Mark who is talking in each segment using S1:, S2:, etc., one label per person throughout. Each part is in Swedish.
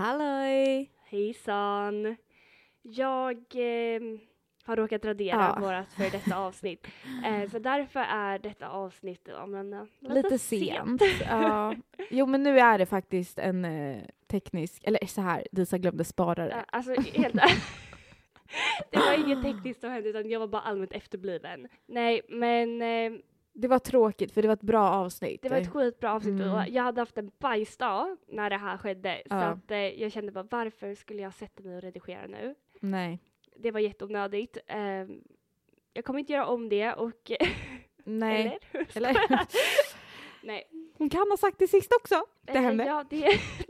S1: Halloj!
S2: Hejsan! Jag eh, har råkat radera
S1: Ja.
S2: vårat för detta avsnitt. Eh, så därför är detta avsnitt ja, men, eh,
S1: Lite, sent. ja. Jo men nu är det faktiskt en eh, teknisk, eller så här, Disa glömde spara
S2: Eh,
S1: det.
S2: Alltså, helt Det var inget tekniskt som hände utan jag var bara allmänt efterbliven. Nej, men eh,
S1: Det var tråkigt för det var ett bra avsnitt.
S2: det var ett skitbra avsnitt
S1: Mm.
S2: och jag hade haft en bajsdag när det här skedde. Så
S1: Ja.
S2: att, eh, jag kände bara varför skulle jag sätta mig och redigera nu?
S1: Nej.
S2: Det var jätteonödigt. Eh, jag kommer inte göra om det och...
S1: Nej.
S2: Eller? Hur ska
S1: Eller?
S2: jag- Nej.
S1: Hon kan ha sagt det sist också. Det
S2: Eh,
S1: hände.
S2: Ja, det,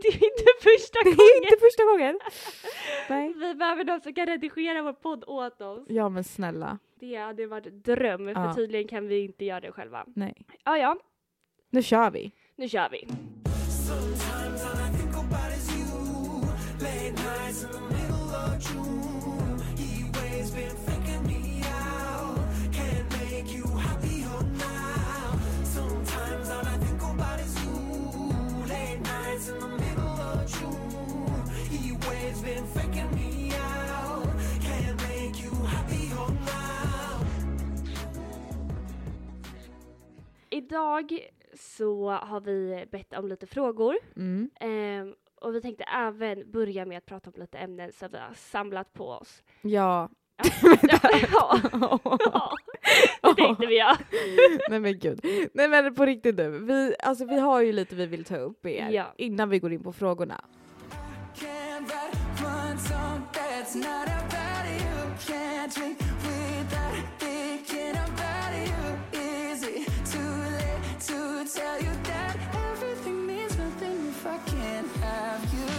S2: det är inte första
S1: Det är
S2: gången.
S1: inte första gången. Nej.
S2: Vi behöver någon som kan redigera vår podd åt oss.
S1: Ja men snälla.
S2: Det hade varit en dröm, för
S1: Ja.
S2: tydligen kan vi inte göra det själva.
S1: Nej.
S2: Ja, ja,
S1: Nu kör vi.
S2: nu kör vi.
S3: Sometimes all I think about is you. Late nights in the middle of June. He waves been faking me out. Can't make you happier now. Sometimes all I think about is you. Late nights in the middle of June. He waves been faking me out. Can't make you happier now.
S2: Idag så har vi bett om lite frågor
S1: Mm.
S2: ehm, och vi tänkte även börja med att prata om lite ämnen som vi har samlat på oss.
S1: Ja.
S2: Ja, ja, ja det tänkte vi ja.
S1: Nej men gud. Nej men på riktigt nu. Vi, alltså, vi har ju lite vi vill ta upp med er
S2: Ja.
S1: innan vi går in på frågorna.
S3: Can't write one song that's not about you. Can't drink without thinking about you. Is it too late to tell you that everything means nothing if I can't have you?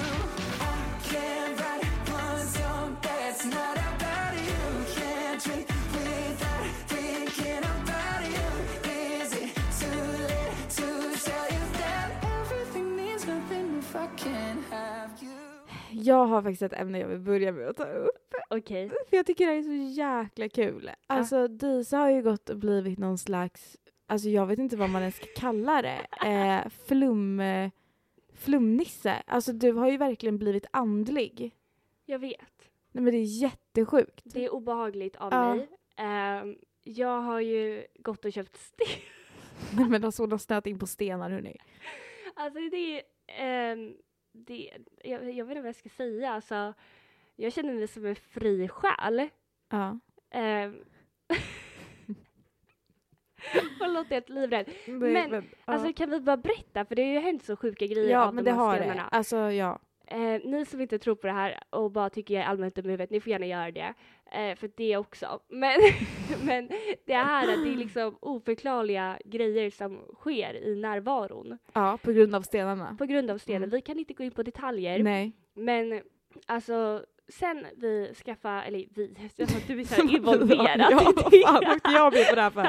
S3: I can't write one song that's not about you. Can't drink without thinking about you. Is it too late to tell you that everything means nothing if I can't have you?
S1: Jag har faktiskt ett ämne jag vill börja med att ta upp.
S2: Okej,
S1: För jag tycker det här är så jäkla kul. Alltså Disa har ju gått och blivit någon slags, alltså jag vet inte vad man ens ska kalla det, eh, flum, eh, flumnisse. Alltså du har ju verkligen blivit andlig.
S2: jag vet.
S1: Nej men det är jättesjukt.
S2: Det är obehagligt av
S1: Ja.
S2: mig. Ehm, jag har ju gått och köpt sten.
S1: Nej men alltså hon har snöat in på stenar hörni.
S2: Alltså det är... ehm, det, jag, jag vet inte vad jag ska säga. Alltså, jag känner mig som en fri själ.
S1: Ja.
S2: Ehm. Och låter helt livrädd.
S1: Nej,
S2: Men,
S1: ja.
S2: Alltså kan vi bara berätta? För det har ju hänt så sjuka grejer
S1: ja
S2: av
S1: men
S2: de
S1: det
S2: här
S1: har det.
S2: stenarna.
S1: Alltså ja.
S2: Eh, ni som inte tror på det här och bara tycker jag är allmänt dum i huvudet, ni får gärna göra det. Eh, för det också. Men, men det här att det är liksom oförklarliga grejer som sker i närvaron
S1: Ja på grund av stenarna.
S2: på grund av stenen.
S1: Mm.
S2: Vi kan inte gå in på detaljer.
S1: Nej.
S2: Men alltså sen vi skaffa eller vi, jag sa att du är så här involverad
S1: ja,
S2: i
S1: vad
S2: det.
S1: fan åkte jag med på det här för?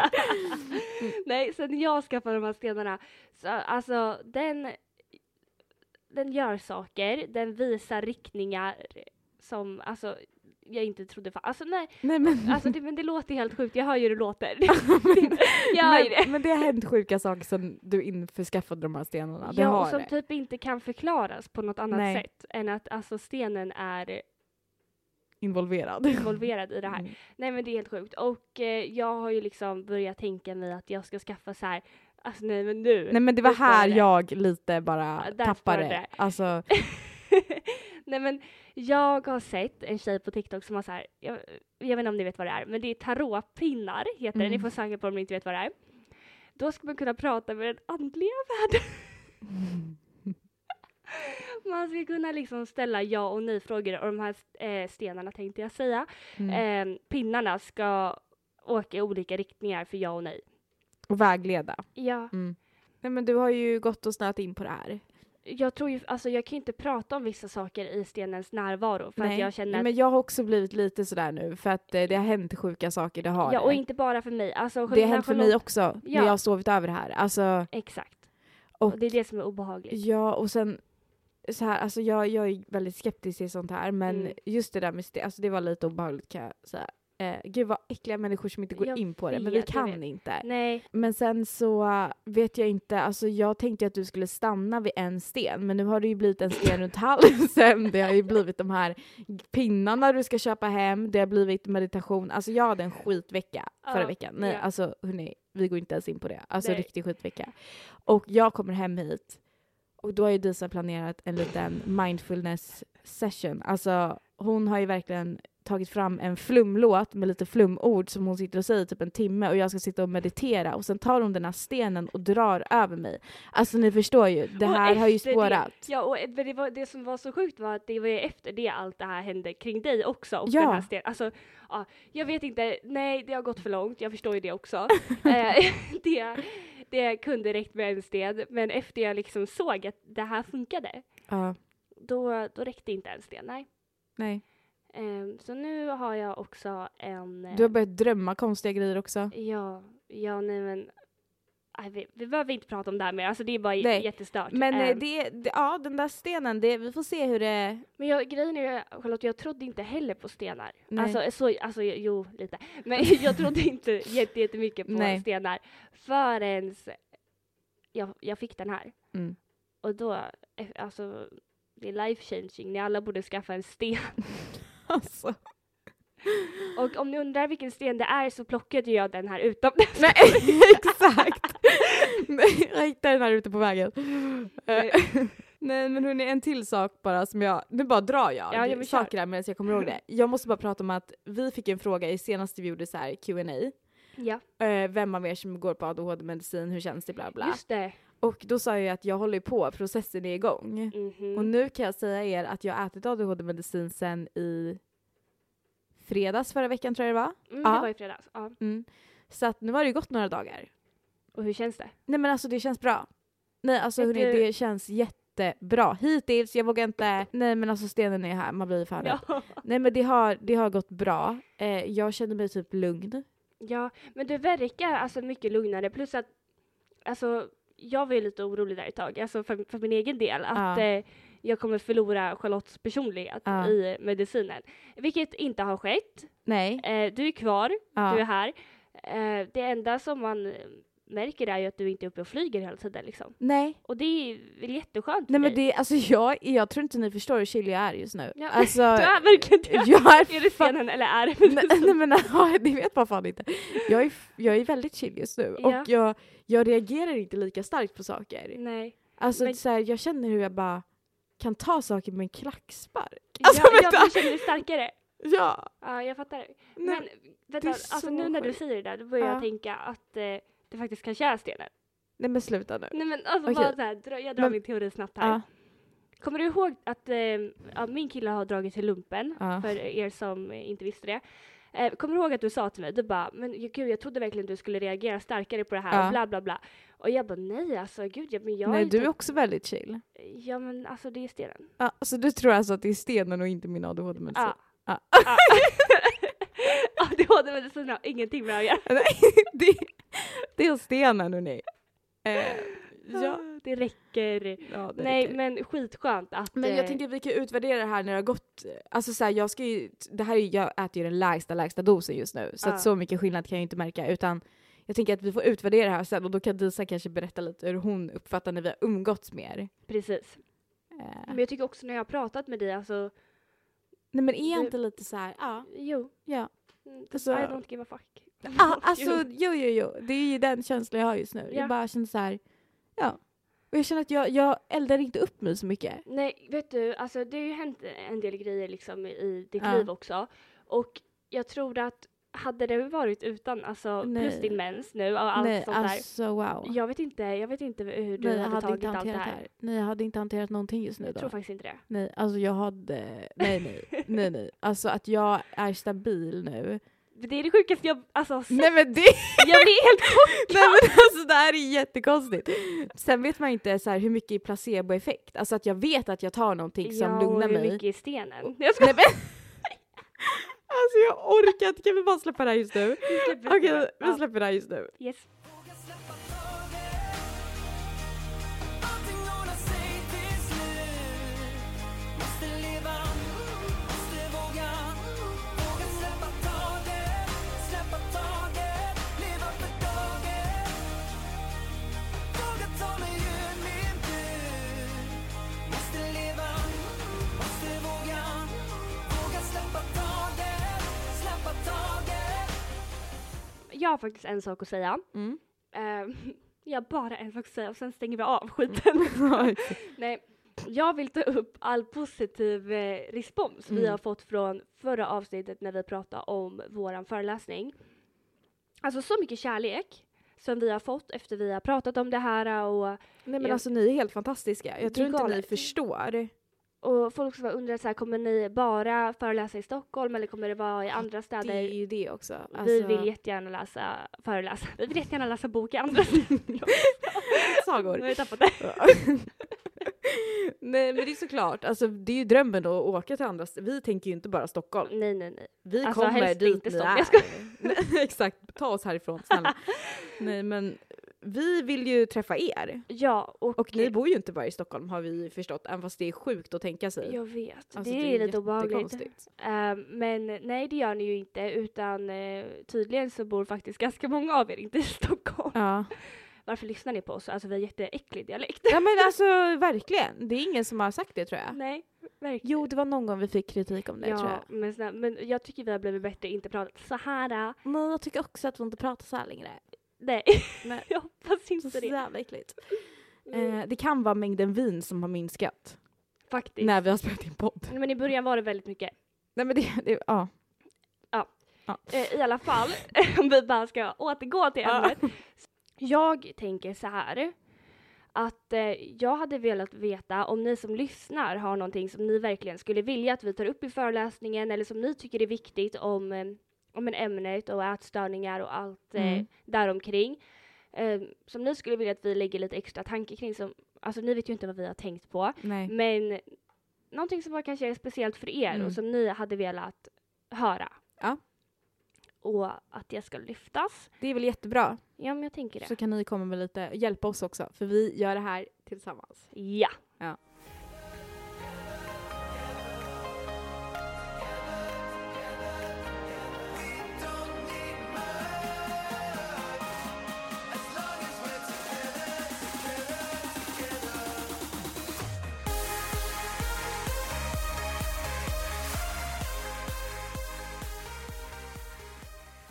S2: Nej, sen jag skaffade de här stenarna, så, alltså den, den gör saker, den visar riktningar som alltså jag inte trodde fanns. Alltså nej,
S1: Nej men.
S2: alltså det, men det låter helt sjukt, jag hör ju hur det låter. jag hör ju det.
S1: men, men det har hänt sjuka saker sen du införskaffade de här stenarna. Det
S2: Ja, och
S1: har
S2: som
S1: det.
S2: typ inte kan förklaras på något annat
S1: Nej.
S2: sätt än att alltså stenen är
S1: Involverad.
S2: involverad i det här.
S1: Mm.
S2: Nej men det är helt sjukt och eh, jag har ju liksom börjat tänka mig att jag ska skaffa så här, alltså nej men nu.
S1: Nej men det var
S2: Där
S1: här
S2: det.
S1: jag lite bara
S2: Ja, där
S1: tappade
S2: spårade det.
S1: det. Alltså,
S2: Nej men jag har sett en tjej på TikTok som har så här, jag, jag vet inte om ni vet vad det är, men det är tarotpinnar heter det,
S1: Mm.
S2: ni får söka på om ni inte vet vad det är. Då ska man kunna prata med den andliga världen. man ska kunna liksom ställa ja och nej frågor och de här eh, stenarna tänkte jag säga.
S1: mm.
S2: Eh, pinnarna ska åka i olika riktningar för ja och nej.
S1: och vägleda. Mm.
S2: Ja,
S1: Nej men du har ju gått och snöat in på det här.
S2: jag tror ju, alltså jag kan ju inte prata om vissa saker i stenens närvaro för
S1: Nej.
S2: att jag känner
S1: Nej,
S2: att
S1: men jag har också blivit lite sådär nu för att eh, det har hänt sjuka saker, det har
S2: Ja, och
S1: det.
S2: inte bara för mig. Alltså,
S1: det har hänt för mig också
S2: Ja.
S1: när jag har sovit över här. Alltså,
S2: Exakt.
S1: Och-
S2: Och, det är det som är obehagligt.
S1: ja och sen så här, alltså jag, jag är väldigt skeptisk till sånt här men
S2: Mm.
S1: just det där med sten, alltså det var lite obehagligt kan jag säga. Eh, gud vad äckliga människor som inte går
S2: Jag
S1: in på det, men
S2: vet,
S1: vi
S2: jag vet.
S1: kan inte.
S2: Nej,
S1: Men sen så äh, vet jag inte, alltså jag tänkte att du skulle stanna vid en sten men nu har det ju blivit en sten runt halsen, det har ju blivit de här pinnarna du ska köpa hem, det har blivit meditation, alltså jag hade en skitvecka förra
S2: Ja,
S1: veckan. Nej
S2: ja.
S1: alltså hörni, vi går inte ens in på det, alltså
S2: Nej.
S1: riktig skitvecka. Och jag kommer hem hit och då har ju Disa planerat en liten mindfulness session, alltså hon har ju verkligen tagit fram en flumlåt med lite flumord som hon sitter och säger typ en timme och jag ska sitta och meditera och sen tar hon den här stenen och drar över mig. Alltså ni förstår ju, det
S2: Och
S1: här har ju
S2: efter det-
S1: spårat.
S2: ja och eh, men det, var, det som var så sjukt var att det var ju efter det allt det här hände kring dig också och
S1: Ja.
S2: den här stenen. Alltså, ja, jag vet inte, nej det har gått för långt, jag förstår ju det också. eh, det, det kunde räckt med en sten, men efter jag liksom såg att det här funkade,
S1: Ja,
S2: då, då räckte inte en sten, nej.
S1: nej.
S2: Ehm, så nu har jag också en... eh,
S1: Du har börjat drömma konstiga grejer också.
S2: Ja, ja nej men. Aj, vi, vi behöver inte prata om det här mer, alltså det är bara j-
S1: Nej,
S2: jättestört.
S1: Men eh,
S2: Ehm,
S1: det, det, ja den där stenen, det, vi får se hur det...
S2: men jag, grejen är Charlotte, jag trodde inte heller på stenar.
S1: Nej.
S2: Alltså, så, alltså jo, lite. Men jag trodde inte jätte, jättemycket på
S1: Nej.
S2: stenar förrän jag, jag fick den här.
S1: Mm.
S2: Och då, eh, alltså det är life changing, ni alla borde skaffa en sten.
S1: Alltså.
S2: Och om ni undrar vilken sten det är så plockade jag den här utom den.
S1: Nej exakt! Nej, jag hittade den här ute på vägen. Eh, Nej men hörni, en till sak bara som jag, nu bara drar jag
S2: Ja, ja, men kör.
S1: saker här medan jag kommer ihåg det. Jag måste bara prata om att vi fick en fråga i senaste vi gjorde så här Q&A
S2: Ja,
S1: eh, vem av er som går på ADHD-medicin, hur känns det, bla bla.
S2: just det.
S1: Och då sa jag att jag håller ju på, processen är igång.
S2: Mhm.
S1: Och nu kan jag säga er att jag har ätit ADHD-medicin sen i fredags förra veckan tror jag det var.
S2: Mm,
S1: Ja.
S2: Det var i fredags. Ja.
S1: Mm. Så att nu har det ju gått några dagar.
S2: Och hur känns det?
S1: Nej men alltså det känns bra. Nej alltså
S2: Vet
S1: hörni,
S2: du-
S1: det känns jättebra. Hittills, jag vågar inte. Nej men alltså stenen är här, man blir fan rädd.
S2: Ja.
S1: Nej men det har, det har gått bra. Eh, jag känner mig typ lugn.
S2: ja, men du verkar alltså mycket lugnare. Plus att, alltså, jag var ju lite orolig där ett tag, alltså för, för min egen del, att
S1: Ja.
S2: eh, jag kommer förlora Charlottes personlighet
S1: Ja.
S2: i medicinen. Vilket inte har skett.
S1: Nej.
S2: Eh, du är kvar,
S1: Ja.
S2: du är här. Eh, det enda som man eh, märker är ju att du inte är uppe och flyger hela tiden liksom.
S1: Nej.
S2: Och det är väl jätteskönt
S1: Nej
S2: för
S1: men
S2: dig.
S1: det, alltså jag, jag tror inte ni förstår hur chill jag är just nu.
S2: Ja,
S1: Alltså,
S2: Du är verkligen det.
S1: jag är
S2: Är det
S1: fan,
S2: stenen eller är det
S1: nej,
S2: medicinen?
S1: nej men ja, ni vet bara fan inte. Jag är, f- jag är väldigt chill just nu
S2: Ja.
S1: och jag, jag reagerar inte lika starkt på saker.
S2: Nej.
S1: Alltså
S2: Men-
S1: så här, jag känner hur jag bara kan ta saker med en klackspark.
S2: ja,
S1: Alltså, vänta.
S2: ja, du känner dig starkare.
S1: Ja!
S2: Ja, jag fattar.
S1: Nej,
S2: Men vänta,
S1: är
S2: alltså
S1: så
S2: nu när du
S1: sjukt.
S2: säger det där, då börjar
S1: Ja.
S2: jag tänka att eh, du faktiskt kan köra stenen.
S1: nej men sluta nu.
S2: Nej men alltså
S1: Okej.
S2: bara så här, dra, jag drar
S1: Men-
S2: min teori snabbt här.
S1: Ja,
S2: Kommer du ihåg att eh, ja, min kille har dragit till lumpen,
S1: Ja.
S2: för er som eh, inte visste det. Eh, kommer du ihåg att du sa till mig, du bara, men gud jag trodde verkligen du skulle reagera starkare på det här,
S1: Ja.
S2: och bla bla bla. Och jag bara, nej alltså gud, jag, men jag
S1: nej
S2: ju
S1: du är
S2: typ-
S1: också väldigt chill.
S2: Ja men alltså det är stenen.
S1: Ja, så du tror alltså att det är stenen och inte min ADHD-medicin?
S2: Ja.
S1: Ja.
S2: Ja. ADHD-medicin har ingenting med att göra.
S1: Nej, det, det är stenen hörni. Eh, ja.
S2: Det räcker.
S1: ja, det
S2: Nej,
S1: räcker.
S2: men skitskönt att...
S1: Men
S2: eh,
S1: jag tänker att vi kan utvärdera det här när det har gått, alltså så här, jag ska ju, det här är ju, jag äter ju den lägsta lägsta dosen just nu så
S2: Ja.
S1: att så mycket skillnad kan jag ju inte märka utan jag tänker att vi får utvärdera det här sen och då kan Disa kanske berätta lite hur hon uppfattar när vi har umgåtts mer.
S2: Precis.
S1: Eh,
S2: Men jag tycker också när jag har pratat med dig, alltså...
S1: nej men är jag
S2: du-
S1: inte lite så här, ja,
S2: Jo.
S1: ja.
S2: Mm,
S1: Alltså-
S2: I don't give a fuck.
S1: Ah, alltså jo jo jo, det är ju den känslan jag har just nu.
S2: Ja.
S1: Jag bara känner så här, ja. Och jag känner att jag, jag eldar inte upp mig så mycket.
S2: Nej, vet du, alltså det har ju hänt en del grejer liksom i ditt
S1: Ja.
S2: liv också. Och jag tror att hade det varit utan, alltså
S1: Nej.
S2: plus din mens nu och allt
S1: nej
S2: sånt
S1: alltså wow.
S2: där. Jag vet inte, jag vet inte hur du
S1: nej, jag
S2: hade
S1: hade
S2: tagit
S1: inte
S2: allt det
S1: hanterat
S2: här.
S1: Nej jag hade inte hanterat någonting just nu
S2: Jag
S1: då.
S2: tror faktiskt inte det.
S1: Nej, alltså jag hade... Nej, nej. nej, nej. Alltså att jag är stabil nu.
S2: Men Det är det sjukaste jag alltså, har sett.
S1: Nej men det...
S2: Jag blir helt chockad!
S1: Nej men alltså det här är jättekonstigt. Sen vet man inte så här, hur mycket är placeboeffekt. Alltså att jag vet att jag tar någonting som
S2: ja,
S1: lugnar
S2: och hur
S1: Liksom, mig.
S2: mycket i stenen? Jag ska
S1: Nej, men... Alltså jag orkar inte, kan vi bara släppa det här just nu? Okej, vi släpper det här just nu.
S2: Yes.
S3: Våga släppa taget Allting ordnar sig till slut Måste leva, måste våga Våga släppa taget
S2: jag har faktiskt en sak att säga.
S1: Mm.
S2: Ehm, jag har bara en sak att säga och sen stänger vi av skiten.
S1: Ja, exakt.
S2: Nej, jag vill ta upp all positiv eh, respons vi
S1: Mm.
S2: har fått från förra avsnittet när vi pratade om våran föreläsning. Alltså så mycket kärlek som vi har fått efter vi har pratat om det här och,
S1: Nej men
S2: Jag-
S1: alltså ni är helt fantastiska.
S2: Det är
S1: Jag tror inte ni
S2: galet.
S1: förstår.
S2: och folk som har undrat så här, kommer ni bara föreläsa i Stockholm eller kommer det vara i andra
S1: Det är
S2: städer?
S1: ju det också.
S2: Vi
S1: Alltså,
S2: vill jättegärna läsa, föreläsa, vi vill jättegärna läsa bok i andra städer.
S1: sagor.
S2: Nu har jag tappat det.
S1: Ja. Nej men det är såklart, alltså, det är ju drömmen då att åka till andra st- Vi tänker ju inte bara Stockholm.
S2: Nej, nej, nej.
S1: Vi
S2: Alltså,
S1: kommer
S2: helst
S1: dit
S2: inte
S1: ni är.
S2: Stockholm. Jag ska-
S1: Nej, Exakt, ta oss härifrån snälla. Nej men vi vill ju träffa er.
S2: Ja, och,
S1: Och ni bor ju inte bara i Stockholm har vi förstått, även fast det är sjukt att tänka sig.
S2: Jag vet,
S1: Alltså,
S2: det, är lite obehagligt.
S1: jättekonstigt.
S2: Eh, men nej, det gör ni ju inte, utan eh, tydligen så bor faktiskt ganska många av er inte i Stockholm.
S1: Ja.
S2: Varför lyssnar ni på oss? Alltså vi har jätteäcklig dialekt.
S1: ja men alltså verkligen, det är ingen som har sagt det tror jag.
S2: nej, verkligen.
S1: Jo det var någon gång vi fick kritik om det
S2: ja,
S1: tror jag.
S2: Men, snälla, men jag tycker vi har blivit bättre, inte pratat så här. äh,
S1: Nej jag tycker också att vi inte pratar så här längre.
S2: Nej,
S1: Nej.
S2: jag hoppas
S1: Så,
S2: inte
S1: så
S2: det.
S1: jävla äckligt.
S2: Mm,
S1: Eh, det kan vara mängden vin som har minskat
S2: faktiskt.
S1: när vi har spelat in podd.
S2: Men i början var det väldigt mycket.
S1: Nej men det, det ja.
S2: Eh, I alla fall, om vi bara ska återgå till
S1: Ja.
S2: ämnet. Jag tänker så här. Att eh, jag hade velat veta om ni som lyssnar har någonting som ni verkligen skulle vilja att vi tar upp i föreläsningen eller som ni tycker är viktigt om, eh, om en ämnet och ätstörningar och allt eh,
S1: Mm.
S2: däromkring. Eh, som ni skulle vilja att vi lägger lite extra tanke kring. Som, alltså ni vet ju inte vad vi har tänkt på.
S1: Nej.
S2: Men någonting som var kanske är speciellt för er
S1: Mm.
S2: och som ni hade velat höra.
S1: Ja.
S2: Och att det ska lyftas.
S1: Det är väl jättebra.
S2: Ja, men jag tänker det.
S1: Så kan ni komma med lite, hjälpa oss också för vi gör det här tillsammans.
S2: Ja.
S1: Ja.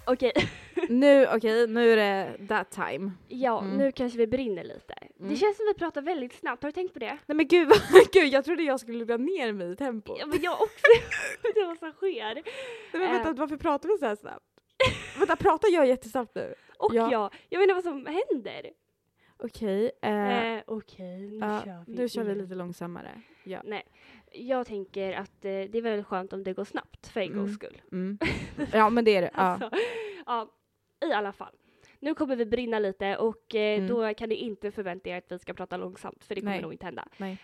S2: Okej,
S1: Nu, okej, nu är det that time.
S2: ja,
S1: Mm.
S2: nu kanske vi brinner lite.
S1: Mm.
S2: Det känns som vi pratar väldigt snabbt. Har du tänkt på det?
S1: Nej men gud, vad- gud jag trodde jag skulle lugna ner mig i tempo.
S2: Ja, men jag också. det är vad som sker.
S1: Nej, men
S2: eh.
S1: vänta, varför pratar vi så här snabbt? vänta, pratar jag jättesnabbt nu?
S2: Och
S1: Ja.
S2: jag. Jag menar vad som händer.
S1: Okej, eh,
S2: Eh, Okej, nu
S1: ja,
S2: kör vi.
S1: nu kör vi
S2: igen.
S1: lite långsammare. Ja.
S2: Jag tänker att eh, det är väldigt skönt om det går snabbt för en
S1: Mm.
S2: gångs skull.
S1: Mm. ja men det är det. Ja.
S2: Alltså, ja. I alla fall. Nu kommer vi brinna lite och eh,
S1: Mm.
S2: då kan ni inte förvänta er att vi ska prata långsamt för det kommer
S1: Nej.
S2: nog inte hända.
S1: Nej.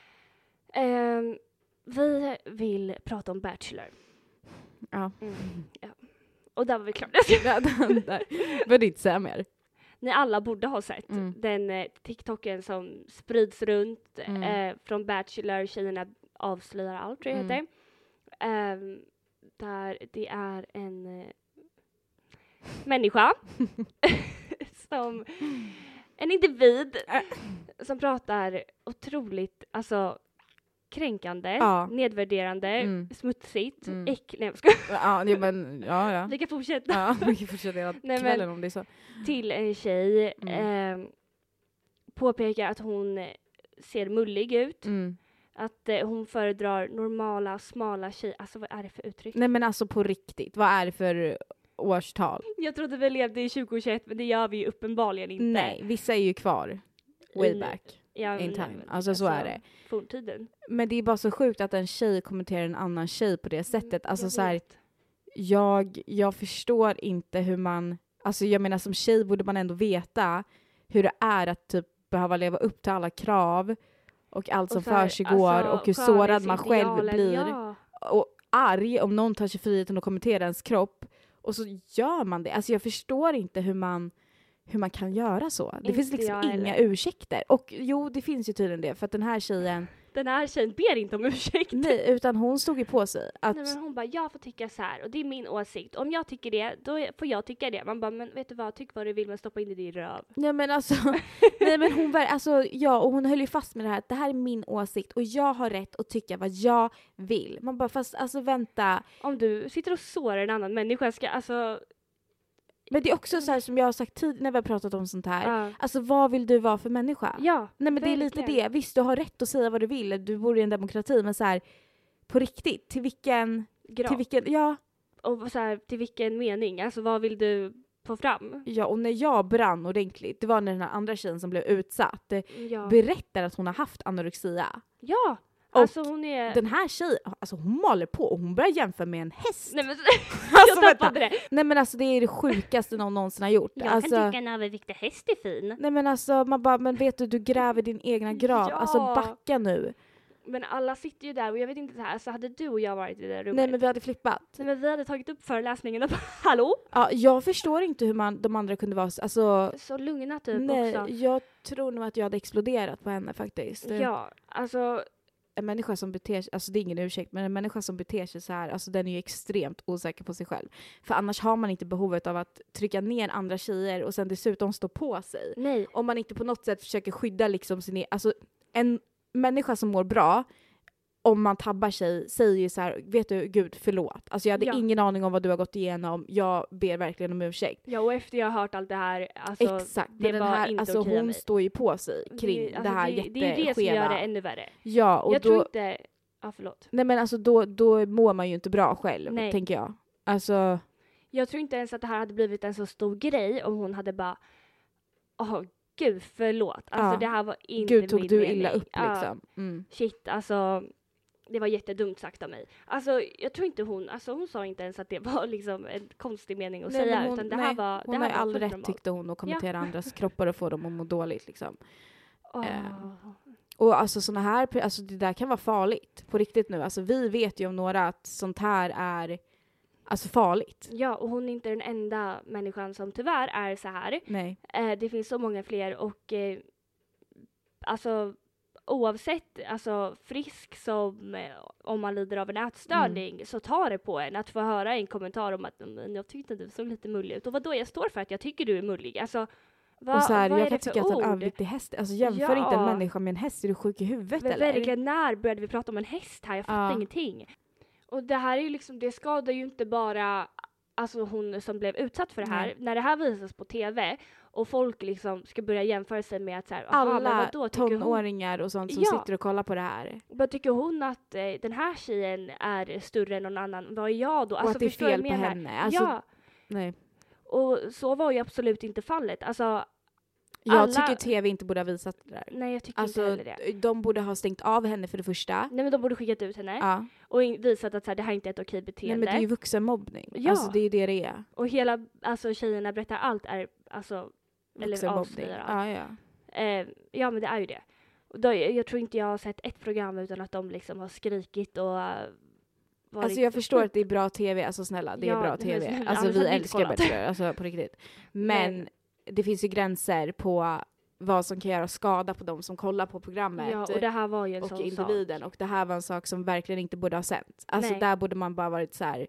S2: Ehm, vi vill prata om Bachelor.
S1: Ja.
S2: Mm. ja. Och där var vi klara. Jag skojar.
S1: Ja, den där. Behöver inte säga mer.
S2: ni alla borde ha sett
S1: Mm.
S2: den eh, TikToken som sprids runt
S1: Mm.
S2: eh, från Bachelor, tjejerna avslöjar allt tror jag
S1: Mm.
S2: heter. Ehm, där det är en eh, människa som en individ
S1: Äh.
S2: som pratar otroligt alltså kränkande,
S1: Ja.
S2: nedvärderande,
S1: Mm.
S2: smutsigt,
S1: Mm.
S2: äck... Nej, jag skojar.
S1: Ja, nej, men ja ja.
S2: Vi kan fortsätta.
S1: Ja, vi kan fortsätta hela
S2: men-
S1: kvällen om det är så.
S2: till en tjej eh, påpekar att hon ser mullig ut.
S1: Mm.
S2: Att eh, hon föredrar normala, smala tjejer. Alltså vad är det för uttryck?
S1: Nej men alltså på riktigt, vad är det för årstal?
S2: Jag trodde vi levde i 2021 men det gör vi ju uppenbarligen inte.
S1: Nej, vissa är ju kvar way
S2: I-
S1: back
S2: Ja,
S1: in
S2: men-
S1: time. Alltså så är det.
S2: Forntiden.
S1: Men det är bara så sjukt att en tjej kommenterar en annan tjej på det sättet. Alltså
S2: Mm, Jag
S1: så här,
S2: vet.
S1: jag, jag förstår inte hur man, alltså jag menar som tjej borde man ändå veta hur det är att typ behöva leva upp till alla krav och allt som
S2: Och så här,
S1: försiggår
S2: alltså,
S1: och hur sårad man själv
S2: skönhetsidealen,
S1: blir.
S2: Ja.
S1: och arg om någon tar sig friheten att kommentera ens kropp och så gör man det. Alltså jag förstår inte hur man, hur man kan göra så. Det
S2: Inte
S1: finns liksom
S2: jag heller.
S1: inga ursäkter. Och jo, det finns ju tydligen det för att den här tjejen,
S2: Den här tjejen ber inte om ursäkt.
S1: nej, utan hon stod ju på sig att
S2: Typ. Nej, men hon bara, jag får tycka så här och det är min åsikt. Om jag tycker det, då får jag tycka det. Man bara, men vet du vad, tyck vad du vill men stoppa in det i din röv.
S1: Nej men alltså, nej men hon var, alltså ja och hon höll ju fast med det här att det här är min åsikt och jag har rätt att tycka vad jag vill. Man bara fast alltså vänta,
S2: Om du sitter och sårar en annan människa, ska alltså...
S1: Men det är också så här som jag har sagt tidigare när vi har pratat om sånt här.
S2: Ja.
S1: Alltså vad vill du vara för människa?
S2: ja.
S1: Nej men det är lite
S2: verkligen.
S1: det. Visst du har rätt att säga vad du vill, du bor i en demokrati men så här på riktigt, till vilken...
S2: Grad.
S1: Till vilken ja,
S2: och så här, till vilken mening? Alltså vad vill du få fram?
S1: ja, och när jag brann ordentligt, det var när den här andra tjejen som blev utsatt eh,
S2: Ja.
S1: berättar att hon har haft anorexia.
S2: ja.
S1: Och
S2: Alltså hon är...
S1: Den här tjejen, alltså hon maler på och hon börjar jämföra med en häst.
S2: Nej men
S1: alltså,
S2: jag
S1: vänta.
S2: tappade det.
S1: Nej men alltså det är det sjukaste någon någonsin har gjort. alltså,
S2: en överviktig häst är fin.
S1: Nej men alltså man bara, men vet du du gräver din egna grav,
S2: Ja.
S1: alltså backa nu.
S2: Men alla sitter ju där och jag vet inte så här, så hade du och jag varit i det där rummet.
S1: Nej men vi hade flippat.
S2: Nej, men vi hade tagit upp föreläsningen och bara hallå?
S1: Ja, jag förstår inte hur man, de andra kunde vara så, alltså,
S2: Så lugna typ
S1: nej
S2: också.
S1: jag tror nog att jag hade exploderat på henne faktiskt.
S2: Ja, alltså
S1: En människa som beter sig, alltså det är ingen ursäkt, men en människa som beter sig så här, alltså den är ju extremt osäker på sig själv. För annars har man inte behovet av att trycka ner andra tjejer och sen dessutom stå på sig.
S2: nej.
S1: om man inte på något sätt försöker skydda liksom sin e- alltså en människa som mår bra om man tabbar sig säger ju så här, vet du gud förlåt. Alltså jag hade
S2: Ja.
S1: ingen aning om vad du har gått igenom, jag ber verkligen om ursäkt.
S2: Ja och efter jag har hört allt det här, alltså
S1: Exakt,
S2: det
S1: men den
S2: var
S1: här,
S2: inte
S1: alltså
S2: okej av
S1: hon
S2: mig.
S1: står ju på sig kring det,
S2: är- alltså,
S1: här
S2: det, det är ju det som gör det
S1: jätteskeva.
S2: ännu värre.
S1: ja, och
S2: jag
S1: då,
S2: tror inte, ja förlåt.
S1: nej men alltså då, då mår man ju inte bra själv,
S2: Nej.
S1: tänker jag. Alltså,
S2: Jag tror inte ens att det här hade blivit en så stor grej om hon hade bara, åh gud förlåt. Alltså
S1: Ja.
S2: det här var inte
S1: gud tog
S2: min
S1: du
S2: mening.
S1: illa upp
S2: Ja,
S1: liksom. Mm.
S2: Shit alltså, det var jättedumt sagt av mig. Alltså jag tror inte hon, alltså hon sa inte ens att det var liksom en konstig mening att
S1: Nej, men
S2: säga
S1: hon-
S2: utan det
S1: nej,
S2: här var,
S1: Hon
S2: det
S1: har
S2: här
S1: ju
S2: var
S1: all
S2: fullt
S1: rätt
S2: normalt.
S1: tyckte hon att kommentera andras kroppar och få dem att må dåligt liksom. eh,
S2: Åh.
S1: Och alltså såna här, pri- alltså det där kan vara farligt på riktigt nu. Alltså vi vet ju om några att sånt här är alltså farligt.
S2: Ja, och hon är inte den enda människan som tyvärr är så här.
S1: Nej.
S2: Eh, det finns så många fler och eh, alltså oavsett alltså frisk som eh, om man lider av en ätstörning
S1: Mm.
S2: så tar det på en att få höra en kommentar om att "Mm, "Men jag tyckte du såg lite mullig ut och vadå jag står för att jag tycker du är mullig. Alltså vad,
S1: och så här,
S2: vad är
S1: jag kan
S2: det för
S1: tycka att en
S2: ord?
S1: överviktig häst, alltså jämför inte en
S2: Ja.
S1: människa med en häst, är du sjuk i huvudet
S2: Men
S1: eller?
S2: verkligen, när började vi prata om en häst här? Jag fattar
S1: Ja.
S2: ingenting. Och det här är ju liksom, det skadar ju inte bara alltså hon som blev utsatt för det här.
S1: Nej.
S2: När det här visas på TV och folk liksom ska börja jämföra sig med att så här, "Aha, men
S1: Alla
S2: vadå, tycker hon,
S1: tonåringar och sånt som
S2: Ja.
S1: sitter och kollar på det här.
S2: vad tycker hon att eh, den här tjejen är större än någon annan? Vad är jag då?
S1: och att det är
S2: Alltså, förstår du vad
S1: fel på
S2: jag menar?
S1: henne. Alltså,
S2: ja,
S1: nej.
S2: och så var ju absolut inte fallet. Alltså,
S1: Jag
S2: Alla-
S1: tycker tv inte borde ha visat det där.
S2: nej jag tycker inte
S1: Alltså,
S2: heller det.
S1: de borde ha stängt av henne för det första.
S2: Nej men de borde skickat ut henne
S1: Ja.
S2: och in- visat att så här, det här är inte ett okej
S1: Nej,
S2: beteende.
S1: men det är ju vuxenmobbning.
S2: Ja.
S1: Alltså det är ju det det är.
S2: Och hela, alltså tjejerna berättar allt är, alltså, eller
S1: Vuxenmobbning.
S2: avslöjar allt.
S1: Ja, ja.
S2: Eh, ja men det är ju det. Och Då, jag tror inte jag har sett ett program utan att de liksom har skrikit och eh, varit...
S1: Alltså jag förstår att det är bra tv, alltså snälla det
S2: Ja,
S1: är bra
S2: nej, men
S1: tv.
S2: snälla,
S1: Alltså
S2: annars
S1: vi
S2: hade vi inte
S1: älskar
S2: kollat.
S1: bättre, alltså på riktigt. Men,
S2: Men-
S1: det finns ju gränser på vad som kan göra skada på de som kollar på programmet.
S2: Ja och det här var ju en
S1: och
S2: sån
S1: individen.
S2: sak.
S1: Och det här var en sak som verkligen inte borde ha sänts. Alltså
S2: Nej.
S1: där borde man bara varit så här.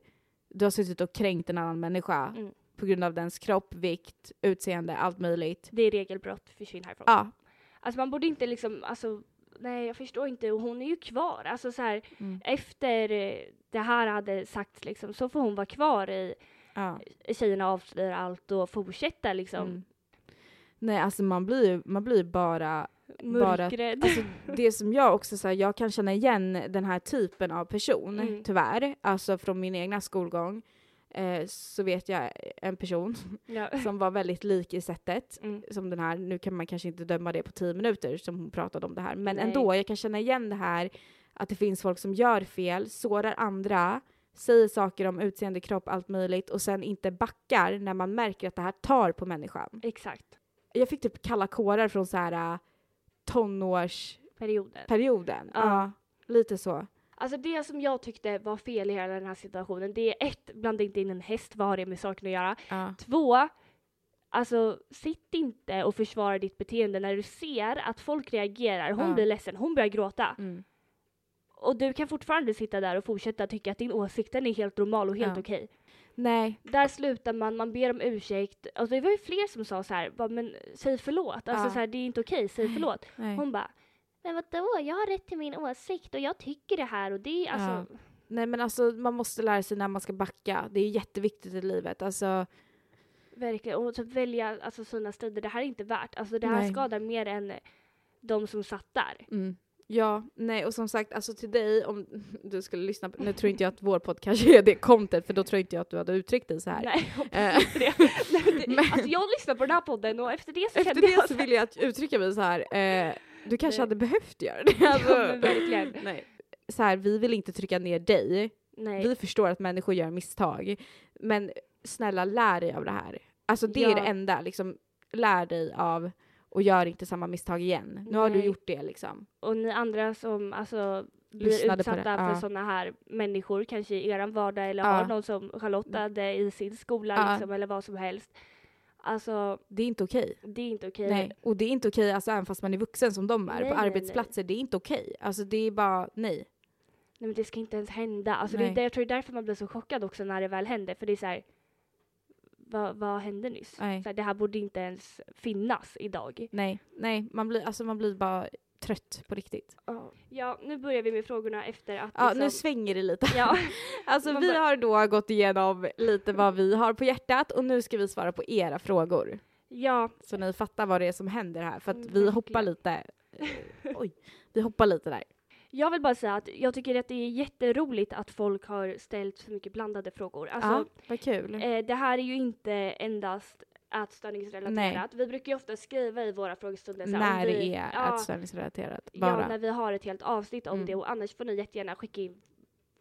S1: du har suttit och kränkt en annan människa
S2: Mm.
S1: på grund av dens kropp, vikt, utseende, allt möjligt.
S2: Det är regelbrott, försvinn härifrån.
S1: Ja.
S2: Alltså man borde inte liksom, alltså nej jag förstår inte och hon är ju kvar. Alltså så här,
S1: Mm.
S2: efter eh, det här hade sagts liksom så får hon vara kvar i
S1: ja.
S2: tjejerna avslöjar allt och fortsätta liksom
S1: Mm. Nej alltså man blir ju man blir ju bara Bara-
S2: mörkrädd.
S1: Alltså, det som jag också så här, jag kan känna igen den här typen av person,
S2: Mm.
S1: tyvärr, alltså från min egna skolgång, eh, så vet jag en person
S2: ja.
S1: som var väldigt lik i sättet
S2: Mm.
S1: som den här, nu kan man kanske inte döma det på tio minuter som hon pratade om det här, men
S2: Nej.
S1: ändå, jag kan känna igen det här att det finns folk som gör fel, sårar andra, säger saker om utseende, kropp, allt möjligt och sen inte backar när man märker att det här tar på människan.
S2: Exakt.
S1: Jag fick typ kalla kårar från så här eh, tonårs
S2: Perioden.
S1: perioden.
S2: Ja.
S1: Ja. lite så.
S2: Alltså det som jag tyckte var fel i hela den här situationen, det är ett, blanda inte in en häst, vad har det med saken att göra? Två, alltså sitt inte och försvara ditt beteende när du ser att folk reagerar, hon
S1: Ja.
S2: blir ledsen, hon börjar gråta.
S1: Mm.
S2: Och du kan fortfarande sitta där och fortsätta tycka att din åsikt den är helt normal och helt
S1: Ja.
S2: okej.
S1: Nej,
S2: Där slutar man, man ber om ursäkt. Alltså det var ju fler som sa så här, bara, men säg förlåt, alltså
S1: Ja.
S2: så här, det är inte okej, säg
S1: Nej.
S2: förlåt.
S1: nej.
S2: Hon bara, men vadå, jag har rätt till min åsikt och jag tycker det här och det, är alltså.
S1: nej men alltså man måste lära sig när man ska backa. Det är jätteviktigt i livet. Alltså,
S2: Verkligen. Och typ välja alltså, sina strider. Det här är inte värt. Alltså det här
S1: Nej.
S2: skadar mer än de som satt där.
S1: Mm. Ja, nej och som sagt, alltså till dig om du skulle lyssna på, nu tror inte jag att vår podcast är det content för då tror inte jag att du hade uttryckt dig så här.
S2: Nej, jag
S1: Eh.
S2: hoppas inte det. Nej, men det
S1: Men-
S2: alltså jag lyssnar på den här podden och efter det så
S1: Efter
S2: kände jag
S1: det så vill jag att uttrycka mig så här. Eh, du kanske
S2: Nej.
S1: hade behövt göra det. Alltså,
S2: men verkligen.
S1: Nej. Så här, vi vill inte trycka ner dig.
S2: Nej.
S1: Vi förstår att människor gör misstag. Men snälla lär dig av det här. Alltså det är
S2: Ja.
S1: det enda, liksom, lär dig av och gör inte samma misstag igen. Nu har du
S2: Nej.
S1: gjort det liksom.
S2: Och ni andra som alltså blir
S1: Lyssnade på det,
S2: utsatta för
S1: ja.
S2: sådana här människor, kanske i er vardag eller
S1: Ja.
S2: har någon som Charlotte hade i sin skola
S1: Ja.
S2: liksom, eller vad som helst. Alltså,
S1: Det är inte okej.
S2: det är inte okej.
S1: Nej. Och det är inte okej alltså, även fast man är vuxen som de är.
S2: Nej,
S1: på
S2: nej, nej.
S1: arbetsplatser, det är inte okej. Alltså det är bara nej.
S2: Nej men det ska inte ens hända. Alltså, det är
S1: Nej.
S2: där, jag tror det är därför man blir så chockad också när det väl händer. För det är så här, vad, vad hände nyss? Så
S1: Nej.
S2: här, det här borde inte ens finnas idag.
S1: Nej. Nej. Man blir, alltså, man blir bara trött på riktigt.
S2: Ja, nu börjar vi med frågorna efter att
S1: Ja,
S2: liksom,
S1: nu svänger det lite.
S2: ja,
S1: Alltså
S2: Man
S1: vi
S2: bara-
S1: har då gått igenom lite vad vi har på hjärtat och nu ska vi svara på era frågor.
S2: ja,
S1: Så ni fattar vad det är som händer här för att
S2: Mm,
S1: vi
S2: verkligen.
S1: hoppar lite. eh, Oj, vi hoppar lite där.
S2: Jag vill bara säga att jag tycker att det är jätteroligt att folk har ställt så mycket blandade frågor.
S1: ja,
S2: Alltså,
S1: vad kul.
S2: eh, det här är ju inte endast ätstörningsrelaterat. Vi brukar ju ofta skriva i våra frågestunder så här, om
S1: När
S2: vi,
S1: det är
S2: ja,
S1: ätstörningsrelaterat
S2: Ja, när
S1: bara.
S2: vi har ett helt avsnitt om
S1: Mm.
S2: det och annars får ni jättegärna skicka in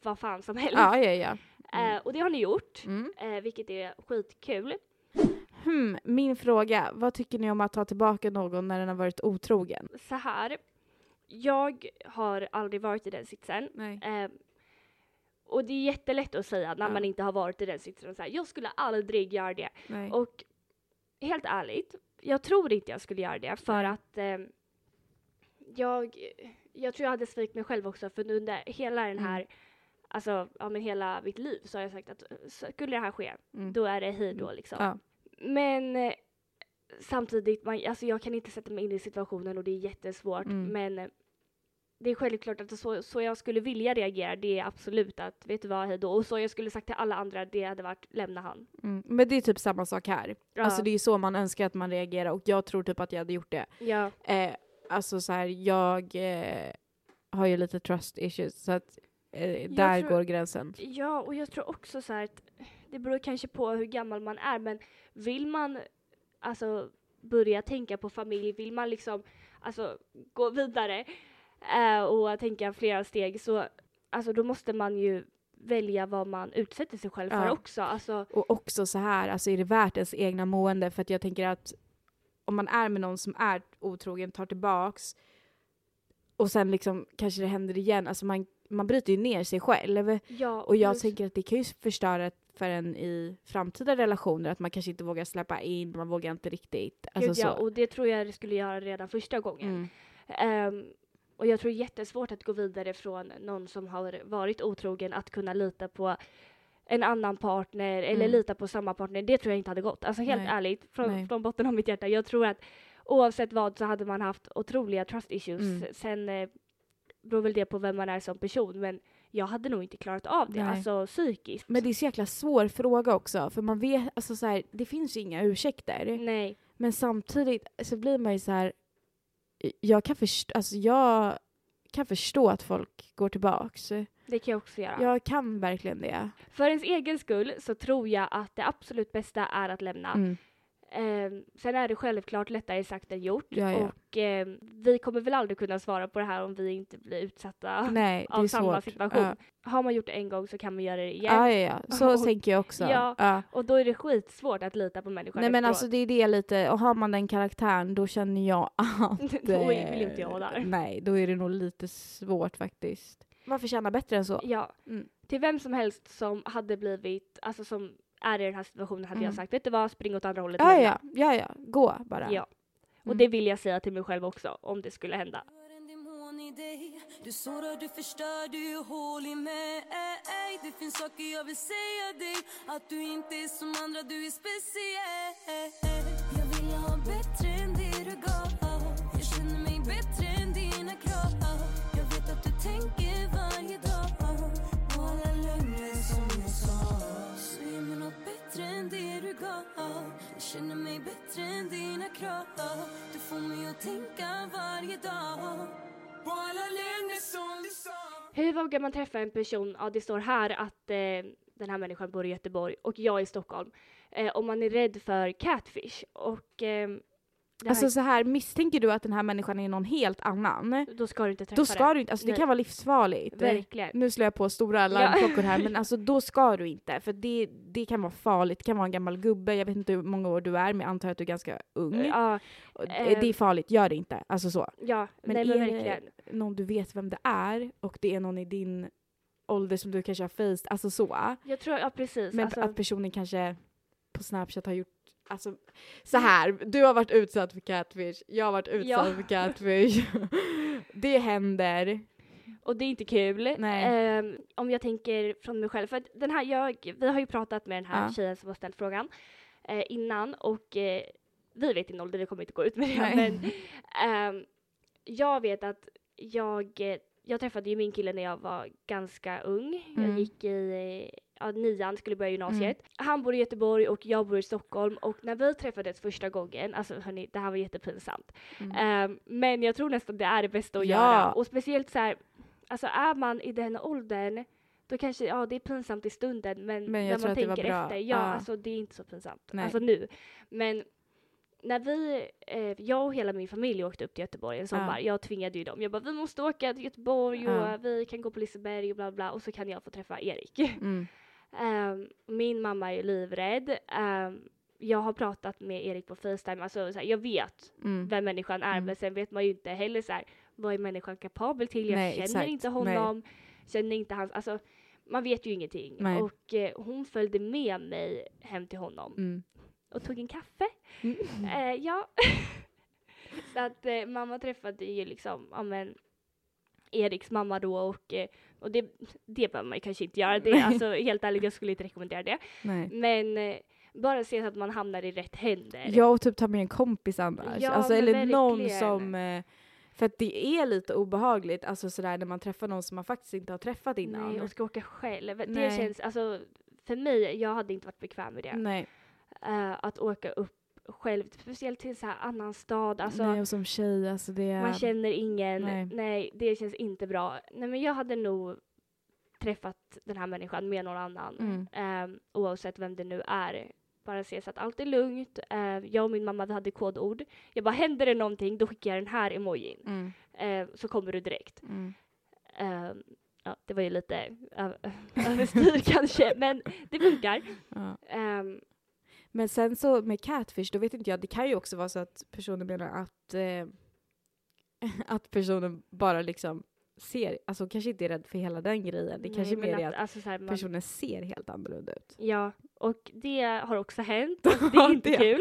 S2: vad fan som helst.
S1: Ja, ja, ja. mm.
S2: Eh, och det har ni gjort,
S1: Mm.
S2: eh, vilket är skitkul.
S1: Hmm, min fråga, vad tycker ni om att ta tillbaka någon när den har varit otrogen?
S2: Så här, jag har aldrig varit i den sitsen.
S1: Nej.
S2: Eh, och det är jättelätt att säga när
S1: Ja.
S2: man inte har varit i den sitsen. Så här, jag skulle aldrig göra det.
S1: Nej.
S2: Eh, Och helt ärligt, jag tror inte jag skulle göra det för att eh, jag, jag tror jag hade svikit mig själv också för under hela den här,
S1: Mm.
S2: alltså ja men hela mitt liv så har jag sagt att eh, skulle det här ske,
S1: Mm.
S2: då är det hej då
S1: Mm.
S2: liksom.
S1: Ja.
S2: Men eh, samtidigt, man, alltså jag kan inte sätta mig in i situationen och det är jättesvårt
S1: Mm.
S2: men eh, det är självklart att så, så jag skulle vilja reagera det är absolut att vet du vad, hej då. Och så jag skulle sagt till alla andra, det hade varit lämna han.
S1: Mm. Men det är typ samma sak här.
S2: Ja.
S1: Alltså det är så man önskar att man reagerar och jag tror typ att jag hade gjort det.
S2: ja.
S1: Eh, alltså så här, jag eh, har ju lite trust issues så att eh,
S2: Jag
S1: där
S2: tror-
S1: går gränsen.
S2: Ja, och jag tror också så här att det beror kanske på hur gammal man är, men vill man alltså börja tänka på familj, vill man liksom alltså gå vidare eh, och tänka flera steg så alltså då måste man ju välja vad man utsätter sig själv för
S1: Ja.
S2: också. Alltså,
S1: Och också så här, alltså är det värt ens egna mående? För att jag tänker att om man är med någon som är otrogen, tar tillbaks och sen liksom kanske det händer igen, alltså man, man bryter ju ner sig själv.
S2: ja,
S1: Och jag
S2: plus-
S1: tänker att det kan ju förstöra för en i framtida relationer, att man kanske inte vågar släppa in, man vågar inte riktigt. Alltså
S2: Gud, ja,
S1: så.
S2: och det tror jag det skulle göra redan första gången.
S1: Mm.
S2: Ehm, och jag tror det är jättesvårt att gå vidare från någon som har varit otrogen att kunna lita på en annan partner eller
S1: Mm.
S2: lita på samma partner. Det tror jag inte hade gått. Alltså helt
S1: Nej.
S2: ärligt, från,
S1: Nej.
S2: från botten av mitt hjärta. Jag tror att oavsett vad så hade man haft otroliga trust issues.
S1: Mm.
S2: Sen eh, beror väl det på vem man är som person men jag hade nog inte klarat av det,
S1: Nej.
S2: alltså psykiskt.
S1: Men det är så jäkla svår fråga också, för man vet, alltså så här, det finns ju inga ursäkter.
S2: Nej.
S1: Men samtidigt så blir man ju så här... Jag kan, först, alltså jag kan förstå att folk går tillbaks.
S2: Det kan jag också göra.
S1: Jag kan verkligen det.
S2: För ens egen skull så tror jag att det absolut bästa är att lämna.
S1: Mm.
S2: Ehm, sen är det självklart lättare sagt än gjort.
S1: Ja, ja.
S2: Och ehm, vi kommer väl aldrig kunna svara på det här om vi inte blir utsatta
S1: Nej, det
S2: Ah, av
S1: är
S2: samma
S1: svårt.
S2: situation.
S1: Ja.
S2: Har man gjort det en gång så kan man göra det igen.
S1: Ja, ja, ja. Så
S2: Och-
S1: tänker jag också.
S2: Ja.
S1: Ja.
S2: Och då är det skitsvårt att lita på människan
S1: Nej men
S2: efteråt.
S1: alltså det är det lite, och har man den karaktären då känner jag att...
S2: då
S1: eh,
S2: vill inte jag vara där.
S1: Nej, då är det nog lite svårt faktiskt. Man förtjänar bättre än så.
S2: Ja.
S1: Mm.
S2: Till vem som helst som hade blivit, alltså som är i den här situationen hade jag
S1: Mm.
S2: sagt, vet du vad, spring åt andra hållet.
S1: Ja,
S2: lämna."
S1: ja, ja, ja. Gå bara.
S2: ja. Och
S1: Mm.
S2: det vill jag säga till mig själv också, om det skulle hända.
S4: För en demon i dig Du sårar, du förstör, du är hål i mig Det finns saker jag vill säga dig Att du inte är som andra, du är speciell Jag vill ha bättre än det du gav Jag känner mig bättre än dina krav Jag vet att du tänker varje dag på alla lögner som jag sa Så ge mig något bättre än det du gav
S2: vågar man träffa en person, ja det står här att eh, den här människan bor i Göteborg och jag i Stockholm. Eh, om man är rädd för catfish och ehm, det här,
S1: Alltså så här, misstänker du att den här människan är någon helt annan,
S2: då ska du inte träffa
S1: då ska
S2: den.
S1: du inte, alltså det
S2: Nej.
S1: kan vara livsfarligt.
S2: Verkligen.
S1: Nu slår jag på stora larmklockor här, men alltså då ska du inte, för det, det kan vara farligt. Det kan vara en gammal gubbe, jag vet inte hur många år du är, men jag antar att du är ganska ung.
S2: Ja,
S1: Och
S2: eh,
S1: det är farligt, gör det inte. Alltså så.
S2: ja
S1: Men
S2: nej men
S1: är det-
S2: verkligen.
S1: Någon du vet vem det är och det är någon i din ålder som du kanske har faced, alltså så.
S2: Jag tror, ja precis.
S1: Men
S2: alltså,
S1: att personen kanske på Snapchat har gjort, alltså så här, du har varit utsatt för catfish, jag har varit utsatt
S2: Ja.
S1: för catfish. det händer.
S2: Och det är inte kul.
S1: Nej.
S2: Ehm, om jag tänker från mig själv. För att den här jag, vi har ju pratat med den här
S1: Ja.
S2: tjejen som har ställt frågan eh, innan och eh, vi vet din ålder, vi kommer inte gå ut med det.
S1: Nej.
S2: Men, ehm, jag vet att jag, eh, jag träffade ju min kille när jag var ganska ung.
S1: Mm.
S2: Jag gick i eh, ja, nian, skulle börja gymnasiet. Han bor i Göteborg och jag bor i Stockholm och när vi träffades första gången, alltså hörni, det här var jättepinsamt. Ehm, men jag tror nästan det är det bästa att
S1: Ja.
S2: göra. Och speciellt så här, alltså är man i den åldern, då kanske ja, det är pinsamt i stunden, men,
S1: Men jag
S2: när
S1: tror
S2: man
S1: att det var
S2: tänker
S1: bra.
S2: efter, ja,
S1: Ja.
S2: alltså det är inte så pinsamt.
S1: Nej.
S2: Alltså nu. Men när vi, eh, jag och hela min familj åkte upp till Göteborg en sommar, jag tvingade ju dem. Jag bara, vi måste åka till Göteborg och
S1: Ja.
S2: vi kan gå på Liseberg och bla bla, och så kan jag få träffa Erik.
S1: Mm.
S2: Ehm, min mamma är ju livrädd. Ehm, jag har pratat med Erik på Facetime, alltså så här, jag vet
S1: Mm.
S2: vem människan är
S1: Mm.
S2: men sen vet man ju inte heller så här, vad är människan kapabel till? Jag
S1: Nej,
S2: känner
S1: exakt.
S2: inte honom, känner inte hans, alltså man vet ju ingenting.
S1: Nej.
S2: Och eh, hon följde med mig hem till honom
S1: Mm.
S2: och tog en kaffe. Eh, ja. så att eh, mamma träffade ju liksom, ja men Eriks mamma då och, eh, och det, det behöver man ju kanske inte göra. Det,
S1: Nej.
S2: alltså, helt ärligt, jag skulle inte rekommendera det.
S1: Nej.
S2: Men eh, bara se så att man hamnar i rätt händer.
S1: Ja, och typ ta med en kompis annars.
S2: Ja,
S1: alltså,
S2: men
S1: eller någon
S2: verkligen.
S1: som... eh, För att det är lite obehagligt alltså sådär, när man träffar någon som man faktiskt inte har träffat innan.
S2: Nej, och ska åka själv. Det
S1: Nej.
S2: känns, alltså för mig, jag hade inte varit bekväm med det.
S1: Nej.
S2: Eh, att åka upp själv, speciellt till så här annan stad. Alltså,
S1: Nej, och som tjej, alltså det...
S2: man känner ingen. Nej.
S1: Nej.
S2: det känns inte bra. Nej, men jag hade nog träffat den här människan med någon annan.
S1: Mm.
S2: Eh, oavsett vem det nu är. Bara se så att allt är lugnt. Eh, jag och min mamma, vi hade kodord. Jag bara, händer det någonting, då skickar jag den här emojin.
S1: Mm,
S2: Eh, så kommer du direkt.
S1: mm.
S2: Ehm, ja, det var ju lite ö- överstyr kanske, men det funkar.
S1: Ja.
S2: Ehm,
S1: Men sen så med catfish, då vet inte jag, det kan ju också vara så att personen menar att, eh, att personen bara liksom ser, alltså hon kanske inte är rädd för hela den grejen, det
S2: nej,
S1: kanske
S2: men
S1: mer är att
S2: alltså, så här, man,
S1: personen ser helt annorlunda ut.
S2: Ja, och det har också hänt. och Det är inte
S1: Det-
S2: kul.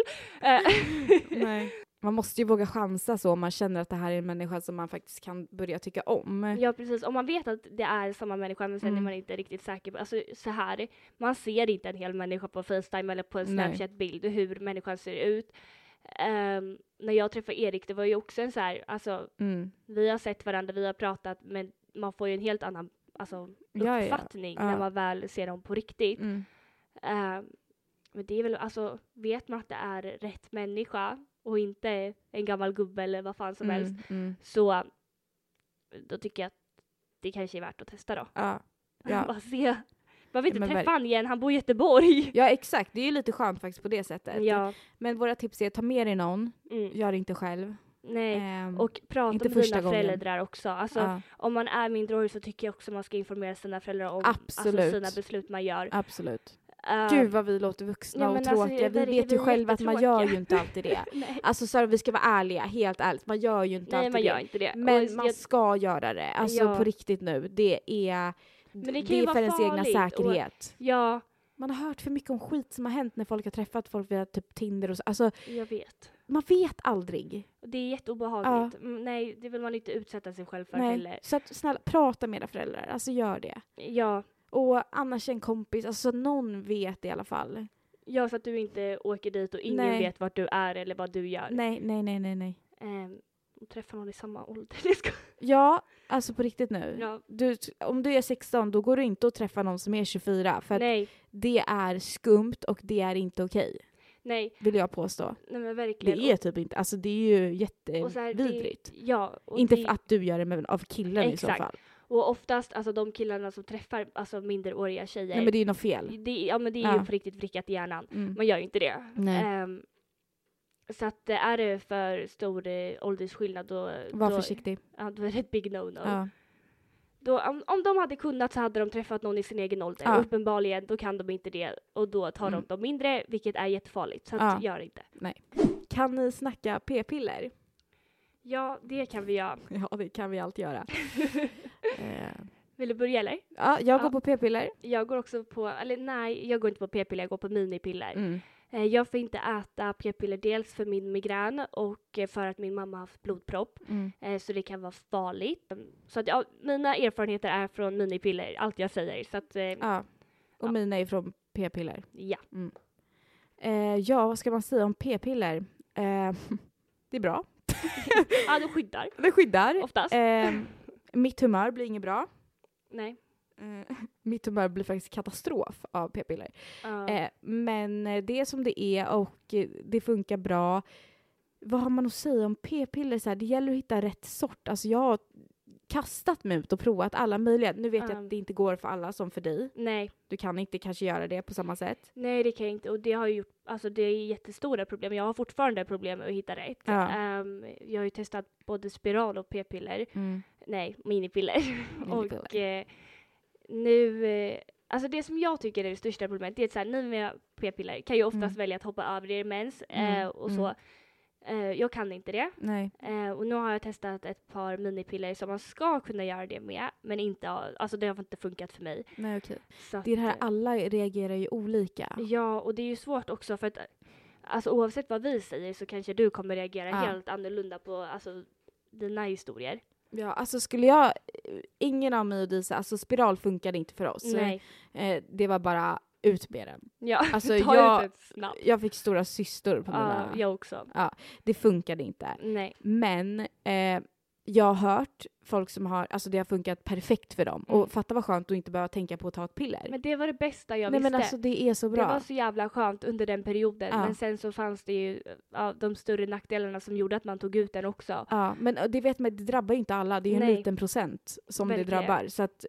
S2: Eh,
S1: Man måste ju våga chansa så om man känner att det här är en människa som man faktiskt kan börja tycka om.
S2: ja, precis. Om man vet att det är samma människa men sen är
S1: Mm.
S2: man inte riktigt säker. på- Alltså så här, man ser inte en hel människa på Facetime eller på en
S1: Nej.
S2: Snapchat-bild hur människan ser ut. Ehm, när jag träffade Erik, det var ju också en så här, alltså
S1: Mm.
S2: vi har sett varandra, vi har pratat, men man får ju en helt annan alltså,
S1: Ja, ja, ja.
S2: uppfattning
S1: Ja.
S2: när man väl ser dem på riktigt.
S1: Mm.
S2: Eh, men det är väl, alltså vet man att det är rätt människa och inte en gammal gubbe eller vad fan som helst,
S1: Mm.
S2: så eh, då tycker jag att det kanske är värt att testa då.
S1: Ja. Ja.
S2: Bara se. Man vill
S1: Ja,
S2: inte
S1: men
S2: träffa han igen, han bor i Göteborg.
S1: ja, exakt. Det är ju lite skönt faktiskt på det sättet.
S2: Ja.
S1: Men våra tips är ta med dig någon,
S2: Mm.
S1: gör det inte själv.
S2: Nej.
S1: Ehm,
S2: Och prata
S1: inte
S2: med
S1: första
S2: dina
S1: gången.
S2: föräldrar också. Alltså,
S1: ja,
S2: Om man är mindreårig så tycker jag också man ska informera sina föräldrar om alltså,
S1: Absolut.
S2: sina beslut man gör.
S1: absolut.
S2: Eh,
S1: Gud vad vi låter vuxna
S2: Ja,
S1: och
S2: men alltså,
S1: tråkiga. vi
S2: verkligen,
S1: vet ju
S2: vi är
S1: själva att man gör ju
S2: jättetråkiga.
S1: inte alltid det.
S2: Ehm, nej,
S1: Alltså Sara, vi ska vara ärliga, helt ärligt. Man gör ju inte
S2: nej,
S1: alltid
S2: man gör
S1: det.
S2: inte det.
S1: Men
S2: Och
S1: man
S2: jag-
S1: ska göra det. Alltså
S2: Ja.
S1: på riktigt nu. Det är, det
S2: det kan ju
S1: är
S2: vara
S1: för ens egna
S2: farligt och-
S1: säkerhet.
S2: ja,
S1: Man har hört för mycket om skit som har hänt när folk har träffat folk via typ Tinder och så. Alltså
S2: jag vet.
S1: man vet aldrig.
S2: Och Det är jätteobehagligt. Mm, nej, det vill man inte utsätta sig själv för heller.
S1: Nej. Så att, snälla, prata med era föräldrar. Alltså gör det.
S2: Ja,
S1: Och annars en kompis, alltså någon vet i alla fall.
S2: ja, så att du inte åker dit och ingen
S1: Nej.
S2: vet vart du är eller vad du gör.
S1: Nej, nej, nej, nej, nej.
S2: Ehm, och träffa någon i samma ålder. Jag skojar.
S1: Ja, alltså på riktigt nu.
S2: Ja.
S1: Du, om du är 16 då går du inte att träffa någon som är 24 för att
S2: nej,
S1: det är skumt och det är inte okej,
S2: nej,
S1: vill jag påstå.
S2: nej, men
S1: Det
S2: verkligen.
S1: är typ inte, alltså det är ju
S2: Och- och så här,
S1: jättevidrigt.
S2: Det, ja, och
S1: Inte
S2: det,
S1: att du gör det men av killen i så
S2: Exakt.
S1: fall.
S2: Och oftast, alltså de killarna som träffar alltså, minderåriga tjejer,
S1: Nej men det är ju något fel.
S2: det, ja men det är ju
S1: Ja.
S2: på riktigt vrickat i hjärnan.
S1: Mm.
S2: Man gör ju inte det.
S1: Nej.
S2: Ehm, så att eh, är det för stor eh, åldersskillnad då,
S1: Var
S2: då,
S1: försiktig.
S2: ja, då är det ett big no-no.
S1: Ja.
S2: Då, om, om de hade kunnat så hade de träffat någon i sin egen ålder.
S1: Ja.
S2: Uppenbarligen, då kan de inte det och då tar
S1: Mm.
S2: de de mindre, vilket är jättefarligt. Så att,
S1: Ja.
S2: gör inte.
S1: Kan ni snacka p-piller?
S2: Ja, det kan vi göra.
S1: Ja det kan vi alltid göra. Eh,
S2: Vill du börja eller?
S1: ja, jag går
S2: Ja.
S1: på p-piller.
S2: Jag går också på, eller nej, jag går inte på p-piller, jag går på minipiller.
S1: Mm.
S2: Eh, Jag får inte äta p-piller dels för min migrän och eh, för att min mamma har haft blodpropp.
S1: Mm.
S2: eh, Så det kan vara farligt. Mm, Så att, ja, mina erfarenheter är från minipiller, allt jag säger. Så att, eh,
S1: Ja. Och
S2: Ja.
S1: mina är från p-piller.
S2: ja.
S1: Eh, ja, vad ska man säga om p-piller? Eh, det är bra.
S2: ja, de skyddar
S1: Det skyddar.
S2: oftast.
S1: Eh, mitt humör blir inget bra. Eh,
S2: Nej.
S1: Mitt humör blir faktiskt katastrof av p-piller.
S2: Ja.
S1: Eh, men eh, det är som det är och eh, det funkar bra. Vad har man att säga om p-piller? Så här, det gäller att hitta rätt sort. Alltså jag har kastat mig ut och provat alla möjliga. Nu vet jag
S2: Ja.
S1: att det inte går för alla som för dig.
S2: Nej,
S1: Du kan inte kanske göra det på samma sätt.
S2: nej det kan jag inte. Och det har ju gjort, alltså det är jättestora problem. Jag har fortfarande problem med att hitta rätt.
S1: Ja.
S2: Ehm, jag har ju testat både spiral och p-piller. Nej, minipiller.
S1: Minipiller.
S2: Mm. Och eh, nu, eh, alltså det som jag tycker är det största problemet, det är att så här, ni med p-piller kan ju oftast
S1: Mm.
S2: välja att hoppa över er mens
S1: Mm,
S2: eh, och
S1: mm.
S2: så. Eh, jag kan inte det.
S1: Nej.
S2: Eh, och nu har jag testat ett par minipiller som man ska kunna göra det med, men inte, har- alltså det har inte funkat för mig.
S1: Nej, okej.
S2: Så
S1: Det är det
S2: att,
S1: här,
S2: eh,
S1: alla reagerar ju olika.
S2: Ja, och det är ju svårt också för att eh, alltså, oavsett vad vi säger så kanske du kommer reagera
S1: Ja.
S2: helt annorlunda på alltså, dina historier.
S1: Ja, alltså skulle jag... Ingen av mig och Disa, alltså spiral funkade inte för oss.
S2: Nej.
S1: Eh, det var bara ut med den.
S2: Ja,
S1: Alltså,
S2: ta
S1: jag-
S2: ut det snabbt.
S1: Jag fick stora systor på mina...
S2: Ja, jag också.
S1: Det funkade inte.
S2: Nej.
S1: Men eh, jag har hört folk som har... Alltså det har funkat perfekt för dem.
S2: Mm.
S1: Och fatta vad skönt att inte behöva tänka på att ta ett piller.
S2: Men det var det bästa jag
S1: Nej
S2: visste.
S1: men alltså det är så
S2: det var
S1: bra.
S2: så jävla skönt under den perioden.
S1: Ja.
S2: Men sen så fanns det ju ja, de större nackdelarna som gjorde att man tog ut den också.
S1: Ja, men eh, det vet man, det drabbar ju inte alla. Det är ju en
S2: Nej.
S1: liten procent som det
S2: Verkligen.
S1: drabbar. Så att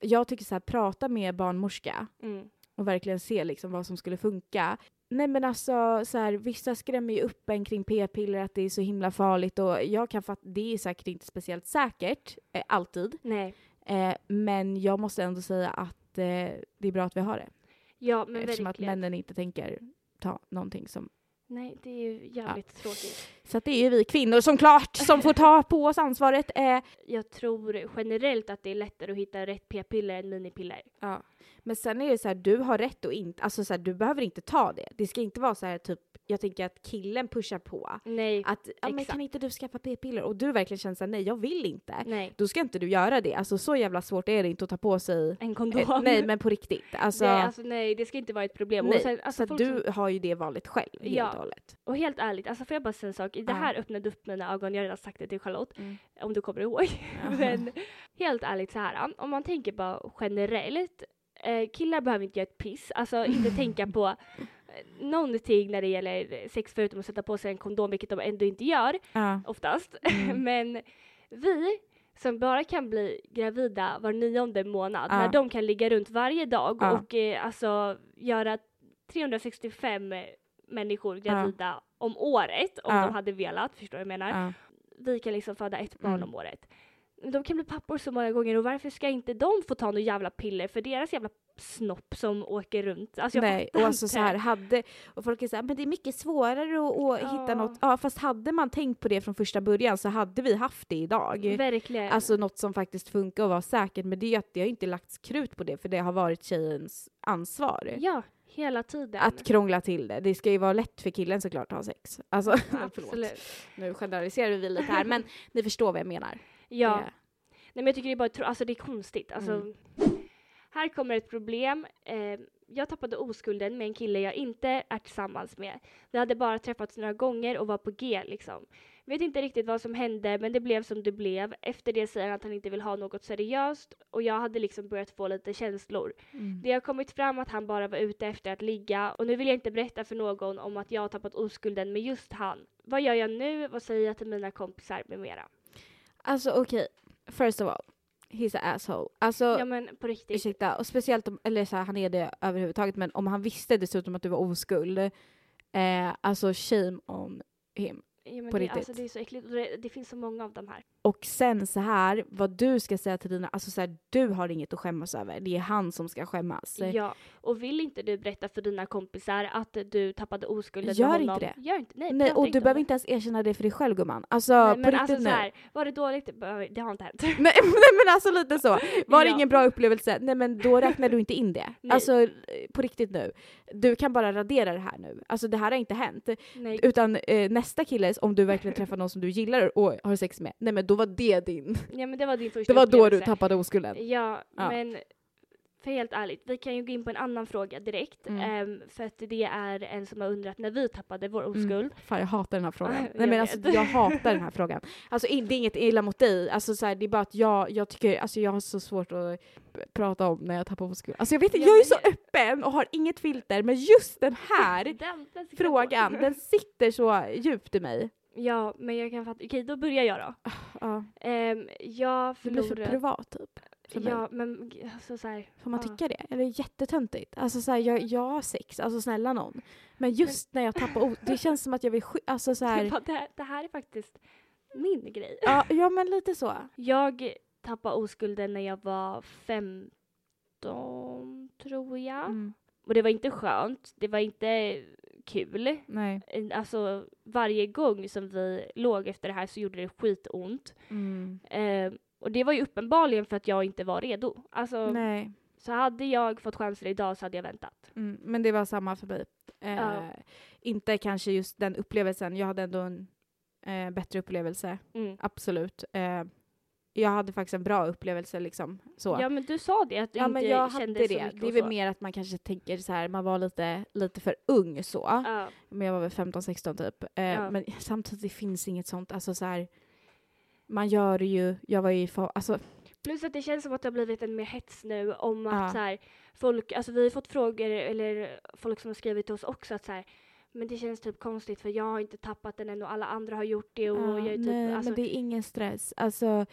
S1: jag tycker så här, prata med barnmorska.
S2: Mm.
S1: och verkligen se liksom vad som skulle funka. Nej men alltså så här, vissa skrämmer ju upp en kring p-piller att det är så himla farligt och jag kan fatta, det är säkert inte speciellt säkert, eh, alltid.
S2: Nej.
S1: Eh, men jag måste ändå säga att eh, det är bra att vi har det.
S2: Ja, men
S1: eftersom
S2: verkligen.
S1: att männen inte tänker ta någonting som...
S2: Nej, det är ju jävligt tråkigt.
S1: Så att det är ju vi kvinnor som klart som får ta på oss ansvaret. Eh,
S2: Jag tror generellt att det är lättare att hitta rätt p-piller än minipiller.
S1: ja. Men sen är det så här, du har rätt och inte, alltså så här, du behöver inte ta det. Det ska inte vara så här typ, jag tänker att killen pushar på.
S2: Nej.
S1: Att ja, men
S2: Exakt.
S1: kan inte du skaffa p-piller? Och du verkligen känner såhär, nej jag vill inte.
S2: Nej.
S1: Då ska inte du göra det. Alltså så jävla svårt är det inte att ta på sig.
S2: En kondom.
S1: Eh, nej men på riktigt. Alltså,
S2: nej, alltså, nej, det ska inte vara ett problem.
S1: nej.
S2: Och, sen, alltså,
S1: så att
S2: folk
S1: du
S2: som,
S1: har ju det valet själv helt
S2: Ja.
S1: och hållet.
S2: och helt ärligt, alltså, får jag bara säga en sak? Det
S1: Ja.
S2: här öppnade upp mina ögon, jag har redan sagt det till Charlotte,
S1: Mm.
S2: om du kommer ihåg. Men helt ärligt så här, om man tänker bara generellt, eh, killar behöver inte göra ett piss, alltså inte tänka på eh, någonting när det gäller sex förutom att sätta på sig en kondom, vilket de ändå inte gör
S1: Ja.
S2: oftast.
S1: Mm.
S2: Men vi som bara kan bli gravida var nionde månad,
S1: Ja.
S2: när de kan ligga runt varje dag
S1: Ja.
S2: och eh, alltså göra 365 människor gravida om året om
S1: Ja.
S2: de hade velat, förstår du vad jag menar?
S1: Ja.
S2: vi kan liksom föda ett barn
S1: Mm.
S2: om året. De kan bli pappor så många gånger och varför ska inte de få ta några jävla piller för deras jävla snopp som åker runt? Alltså jag
S1: Nej,
S2: fattar
S1: och alltså
S2: inte.
S1: så här, hade, och folk är såhär, men det är mycket svårare att, att
S2: Ja.
S1: hitta något. Ja fast hade man tänkt på det från första början så hade vi haft det idag.
S2: Verkligen.
S1: Alltså något som faktiskt funkar och var säkert. Men det är ju att det har inte lagts krut på det för det har varit tjejens ansvar.
S2: ja, hela tiden.
S1: att krångla till det. Det ska ju vara lätt för killen såklart att ha sex. Alltså, förlåt.
S2: Absolut.
S1: Nu generaliserar vi lite här, men ni förstår vad jag menar.
S2: Ja.
S1: Det-
S2: Nej men jag tycker det är bara tro- alltså det är konstigt. Alltså,
S1: Mm.
S2: Här kommer ett problem. Eh, jag tappade oskulden med en kille jag inte är tillsammans med. Vi hade bara träffats några gånger och var på G liksom. Vet inte riktigt vad som hände men det blev som det blev. Efter det säger han att han inte vill ha något seriöst och jag hade liksom börjat få lite känslor. Det har kommit fram att han bara var ute efter att ligga och nu vill jag inte berätta för någon om att jag har tappat oskulden med just han. Vad gör jag nu? Vad säger jag till mina kompisar med mera?
S1: Alltså okej, first of all. he's a asshole. Alltså,
S2: Ja men på riktigt.
S1: ursäkta. Och speciellt om, eller så här, han är det överhuvudtaget, men om han visste dessutom att du var oskuld, eh, alltså shame on him.
S2: Ja, men
S1: på
S2: det,
S1: riktigt.
S2: Alltså, det är så äckligt. Och Det, det finns så många av de här.
S1: Och sen så här, vad du ska säga till dina, alltså så här, du har inget att skämmas över. Det är han som ska skämmas.
S2: Ja. Och vill inte du berätta för dina kompisar att du tappade oskulden
S1: Gör
S2: med
S1: inte
S2: honom?
S1: det.
S2: Gör inte det.
S1: Nej, och du behöver inte ens erkänna det för dig själv gumman. Alltså
S2: Nej,
S1: på
S2: men
S1: riktigt
S2: alltså
S1: nu.
S2: så här, var det dåligt? Det behöver- Det har inte hänt.
S1: Nej, nej men alltså lite så. Var det
S2: Ja.
S1: ingen bra upplevelse, nej men då räknar du inte in det.
S2: Nej.
S1: Alltså eh, på riktigt nu. Du kan bara radera det här nu. Alltså det här har inte hänt.
S2: Nej,
S1: Utan eh, nästa kille, om du verkligen träffar någon som du gillar och har sex med, nej men då var det din.
S2: ja, men det var din första
S1: Det var då du
S2: upplevelse.
S1: tappade oskulden.
S2: Ja,
S1: Ja.
S2: men för helt ärligt, vi kan ju gå in på en annan fråga direkt.
S1: Mm.
S2: ehm, för att det är en som har undrat när vi tappade vår oskuld.
S1: Mm. Fan jag hatar den här frågan.
S2: Jag
S1: Nej men
S2: vet.
S1: alltså jag hatar den här frågan. Alltså in- det är inget illa mot dig, alltså så här, det är bara att jag, jag tycker, alltså jag har så svårt att p- prata om när jag tappar oskulden. Alltså jag vet inte,
S2: Ja,
S1: jag är
S2: men
S1: så öppen och har inget filter men just den här
S2: Den- den ska
S1: frågan,
S2: gå.
S1: den sitter så djupt i mig.
S2: Ja, men jag kan fatta. Okej, då börjar jag då.
S1: Ja,
S2: Ehm, jag
S1: det blir så
S2: förlorade...
S1: privat typ. för mig.
S2: Ja, men g- alltså så här.
S1: Får man
S2: Ja.
S1: tycka det? Eller jättetöntigt? Alltså så här, jag, jag har sex, alltså snälla någon. Men just när jag tappar os- det känns som att jag vill sk- alltså så här,
S2: Det, här, det här är faktiskt min grej.
S1: ja, ja men lite så.
S2: Jag tappade oskulden när jag var 15, tror jag.
S1: Mm,
S2: Och det var inte skönt, det var inte kul.
S1: nej.
S2: Alltså varje gång som vi låg efter det här så gjorde det skitont.
S1: Mm,
S2: Eh, och det var ju uppenbarligen för att jag inte var redo. Alltså,
S1: Mm, nej.
S2: så hade jag fått chanser idag så hade jag väntat.
S1: Mm, men det var samma för mig. Eh,
S2: Ja.
S1: Inte kanske just den upplevelsen. Jag hade ändå en eh, bättre upplevelse,
S2: Mm.
S1: absolut. Eh, jag hade faktiskt en bra upplevelse liksom. Så.
S2: Ja men du sa det, att du
S1: Ja,
S2: inte
S1: men jag hade
S2: kände
S1: det.
S2: så mycket
S1: Det är
S2: och
S1: väl
S2: så.
S1: mer att man kanske tänker så här, man var lite, lite för ung så.
S2: Ja.
S1: Men jag var väl 15-16 typ. Eh,
S2: Ja.
S1: Men samtidigt det finns inget sånt, alltså så här. Man gör ju, jag var ju i fa- alltså
S2: Plus att det känns som att det har blivit en mer hets nu om att
S1: Ja.
S2: så här, folk, alltså vi har fått frågor eller folk som har skrivit till oss också att så här, men det känns typ konstigt för jag har inte tappat den än och alla andra har gjort det och jag är typ,
S1: ah, nej,
S2: alltså,
S1: men det är ingen stress. Alltså,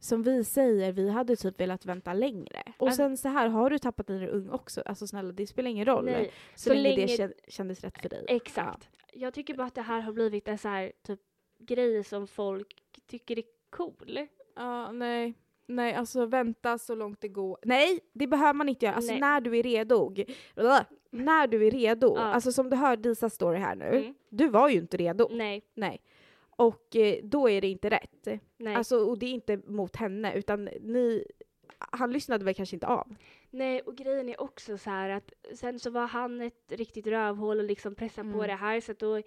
S1: som vi säger, vi hade typ velat vänta längre. Och
S2: Alltså-
S1: sen så här, har du tappat när du är ung också, alltså snälla det spelar ingen roll.
S2: nej,
S1: så,
S2: så
S1: länge, det
S2: länge-
S1: kän- kändes rätt för dig.
S2: exakt. Jag tycker bara att det här har blivit en så här typ grej som folk tycker är cool.
S1: Ja, nej. Nej, alltså vänta så långt det går. Nej, det behöver man inte göra. Alltså
S2: Nej.
S1: när du är redo. Blah. När du är redo.
S2: Ja.
S1: Alltså som du hör Disas story här nu.
S2: Mm.
S1: Du var ju inte redo.
S2: Nej,
S1: Nej. Och eh, då är det inte rätt.
S2: nej.
S1: Alltså, och det är inte mot henne, utan ni... Han lyssnade väl kanske inte av.
S2: Nej, och grejen är också så här att sen så var han ett riktigt rövhål och liksom pressade på
S1: Mm.
S2: det här så att då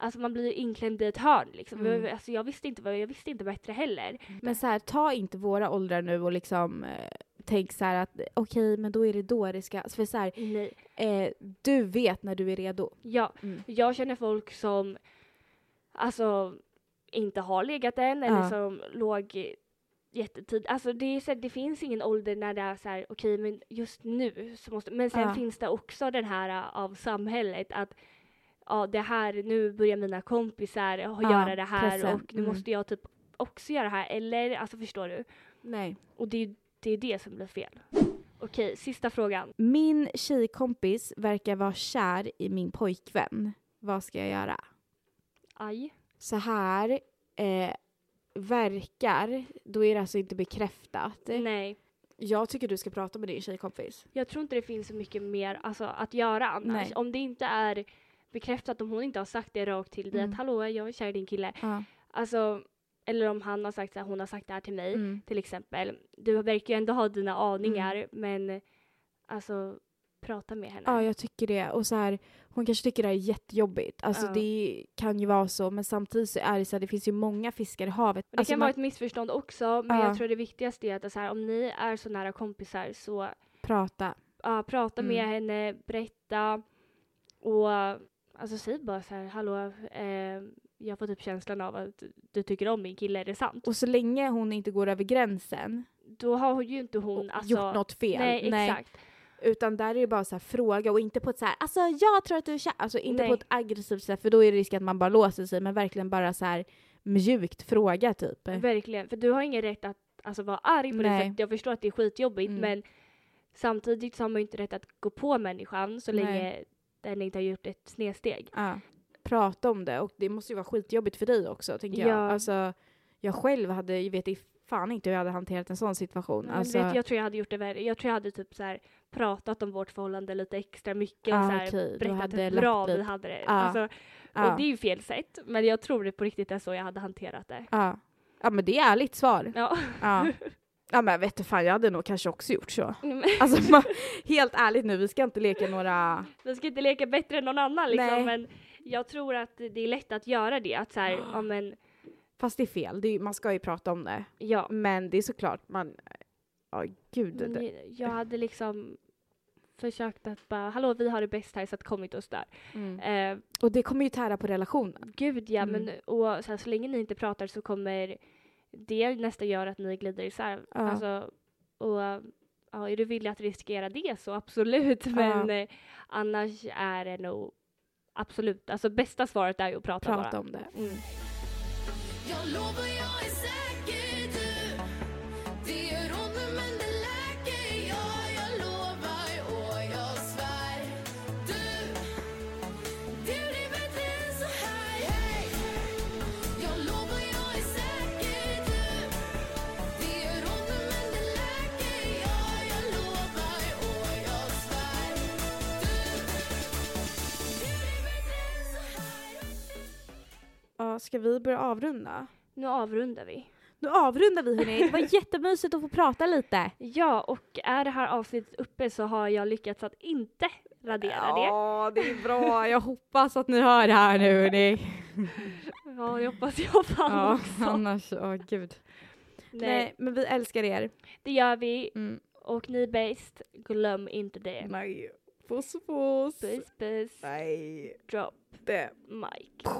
S2: Alltså man blir ju inklämd i ett hörn liksom.
S1: Mm.
S2: Jag- Alltså jag visste inte, vad, jag visste inte bättre heller.
S1: Men så här, ta inte våra åldrar nu och liksom eh, tänk så här att okej, men då är det då det ska... För så här,
S2: Nej.
S1: eh, du vet när du är redo.
S2: Ja,
S1: Mm.
S2: jag känner folk som alltså inte har legat än eller
S1: Ja.
S2: som låg jättetid. Alltså det, är så här, det finns ingen ålder när det är så här okej men just nu så måste, men sen
S1: Ja.
S2: finns det också den här ä, av samhället att ja det här, nu börjar mina kompisar ha-
S1: Ja,
S2: göra det här
S1: pressen.
S2: och nu
S1: Mm.
S2: måste jag typ också göra det här eller alltså förstår du?
S1: Nej.
S2: Och det, är- det är det som blir fel. Okej, sista frågan.
S1: Min tjejkompis verkar vara kär i min pojkvän. Vad ska jag göra?
S2: Aj.
S1: Så här, eh, verkar, då är det alltså inte bekräftat.
S2: Nej.
S1: Jag tycker du ska prata med din tjejkompis.
S2: Jag tror inte det finns så mycket mer alltså, att göra annars.
S1: Nej.
S2: Om det inte är bekräftat, om hon inte har sagt det rakt till dig
S1: Mm.
S2: att hallå jag är kär i din kille. Alltså, eller om han har sagt så här, hon har sagt det här till mig
S1: Mm.
S2: till exempel. Du verkar ju ändå ha dina aningar men alltså prata med henne.
S1: Ja, jag tycker det. Och så här, hon kanske tycker det här är jättejobbigt. Alltså
S2: Ja.
S1: det kan ju vara så, men samtidigt så är det så här, det finns ju många fiskar i havet.
S2: Och det
S1: Alltså,
S2: kan
S1: man-
S2: vara ett missförstånd också men
S1: Ja.
S2: jag tror det viktigaste är att så här, om ni är så nära kompisar så
S1: Prata.
S2: ja, prata med
S1: Mm.
S2: henne, berätta och alltså säg bara så här, hallå, eh, jag får typ känslan av att du tycker om min kille, är det sant?
S1: Och så länge hon inte går över gränsen
S2: Då har hon ju inte
S1: och
S2: hon alltså,
S1: gjort något fel.
S2: Nej, exakt.
S1: Utan där är det bara så här, fråga och inte på ett så här, alltså jag tror att du är kär. Alltså inte
S2: Nej.
S1: på ett aggressivt sätt för då är det risk att man bara låser sig men verkligen bara så här mjukt fråga typ.
S2: Verkligen, för du har ingen rätt att alltså, vara arg på det
S1: Nej.
S2: för att jag förstår att det är skitjobbigt
S1: Mm.
S2: men samtidigt så har man ju inte rätt att gå på människan så
S1: Nej.
S2: länge den inte har gjort ett snedsteg.
S1: Ja. Prata om det och det måste ju vara skitjobbigt för dig också tänker jag.
S2: Ja.
S1: Alltså, jag själv hade, jag vet i fan inte hur jag hade hanterat en sån situation.
S2: Men
S1: alltså,
S2: vet, jag tror jag hade gjort det värre. Jag tror jag hade typ så här pratat om vårt förhållande lite extra mycket.
S1: Ah,
S2: så här,
S1: okej, du
S2: berättat
S1: hade
S2: hur
S1: lagt
S2: bra vi
S1: lite-
S2: hade det.
S1: Ah,
S2: alltså,
S1: ja.
S2: Och det är ju fel sätt men jag tror det på riktigt är så jag hade hanterat det.
S1: ja. ja men det är ärligt svar.
S2: Ja.
S1: Ja. ja men vet du fan jag hade nog kanske också gjort så.
S2: Men
S1: Alltså man, helt ärligt nu, vi ska inte leka några...
S2: Vi ska inte leka bättre än någon annan liksom
S1: Nej.
S2: men jag tror att det är lätt att göra det. Att så här, ja men
S1: Fast det är fel, det är, ju- man ska ju prata om det.
S2: ja.
S1: Men det är såklart man... Ja gud.
S2: Men
S1: Det,
S2: jag- Jag hade liksom försökt att bara, hallå vi har det bäst här så att kom inte och stör.
S1: mm.
S2: Eh,
S1: Och det kommer ju tära på relationen.
S2: Gud ja,
S1: Mm.
S2: men och så, här, så länge ni inte pratar så kommer det nästan göra att ni glider isär.
S1: Ja.
S2: Alltså, och, ja, är du villig att riskera det så absolut, men eh, annars är det nog absolut, alltså bästa svaret är ju att prata,
S1: Prata
S2: bara.
S1: om det.
S2: Mm.
S3: Jag lovar jag är säker du Det gör ont nu men det läker Ja, jag lovar och jag svär Du, det blir bättre än så här hey. Jag lovar jag är säker du Det gör ont nu men det läker Ja, jag lovar och jag svär Du, det blir bättre än så här
S1: Ja, ska vi börja avrunda?
S2: Nu avrundar vi.
S1: Nu avrundar vi hörni, det var jättemysigt att få prata lite.
S2: Ja, och är det här avsnittet uppe så har jag lyckats att inte radera det.
S1: Ja, det är bra. Jag hoppas att ni hör det här nu hörni.
S2: Ja, jag hoppas jag fan
S1: Ja,
S2: också.
S1: annars, åh gud.
S2: Nej,
S1: Nej. men vi älskar er.
S2: det gör vi.
S1: Mm.
S2: Och ni är bäst. Glöm inte det.
S1: Nej. Puss puss.
S2: Puss puss.
S1: Nej,
S2: Drop
S1: det.
S2: mic.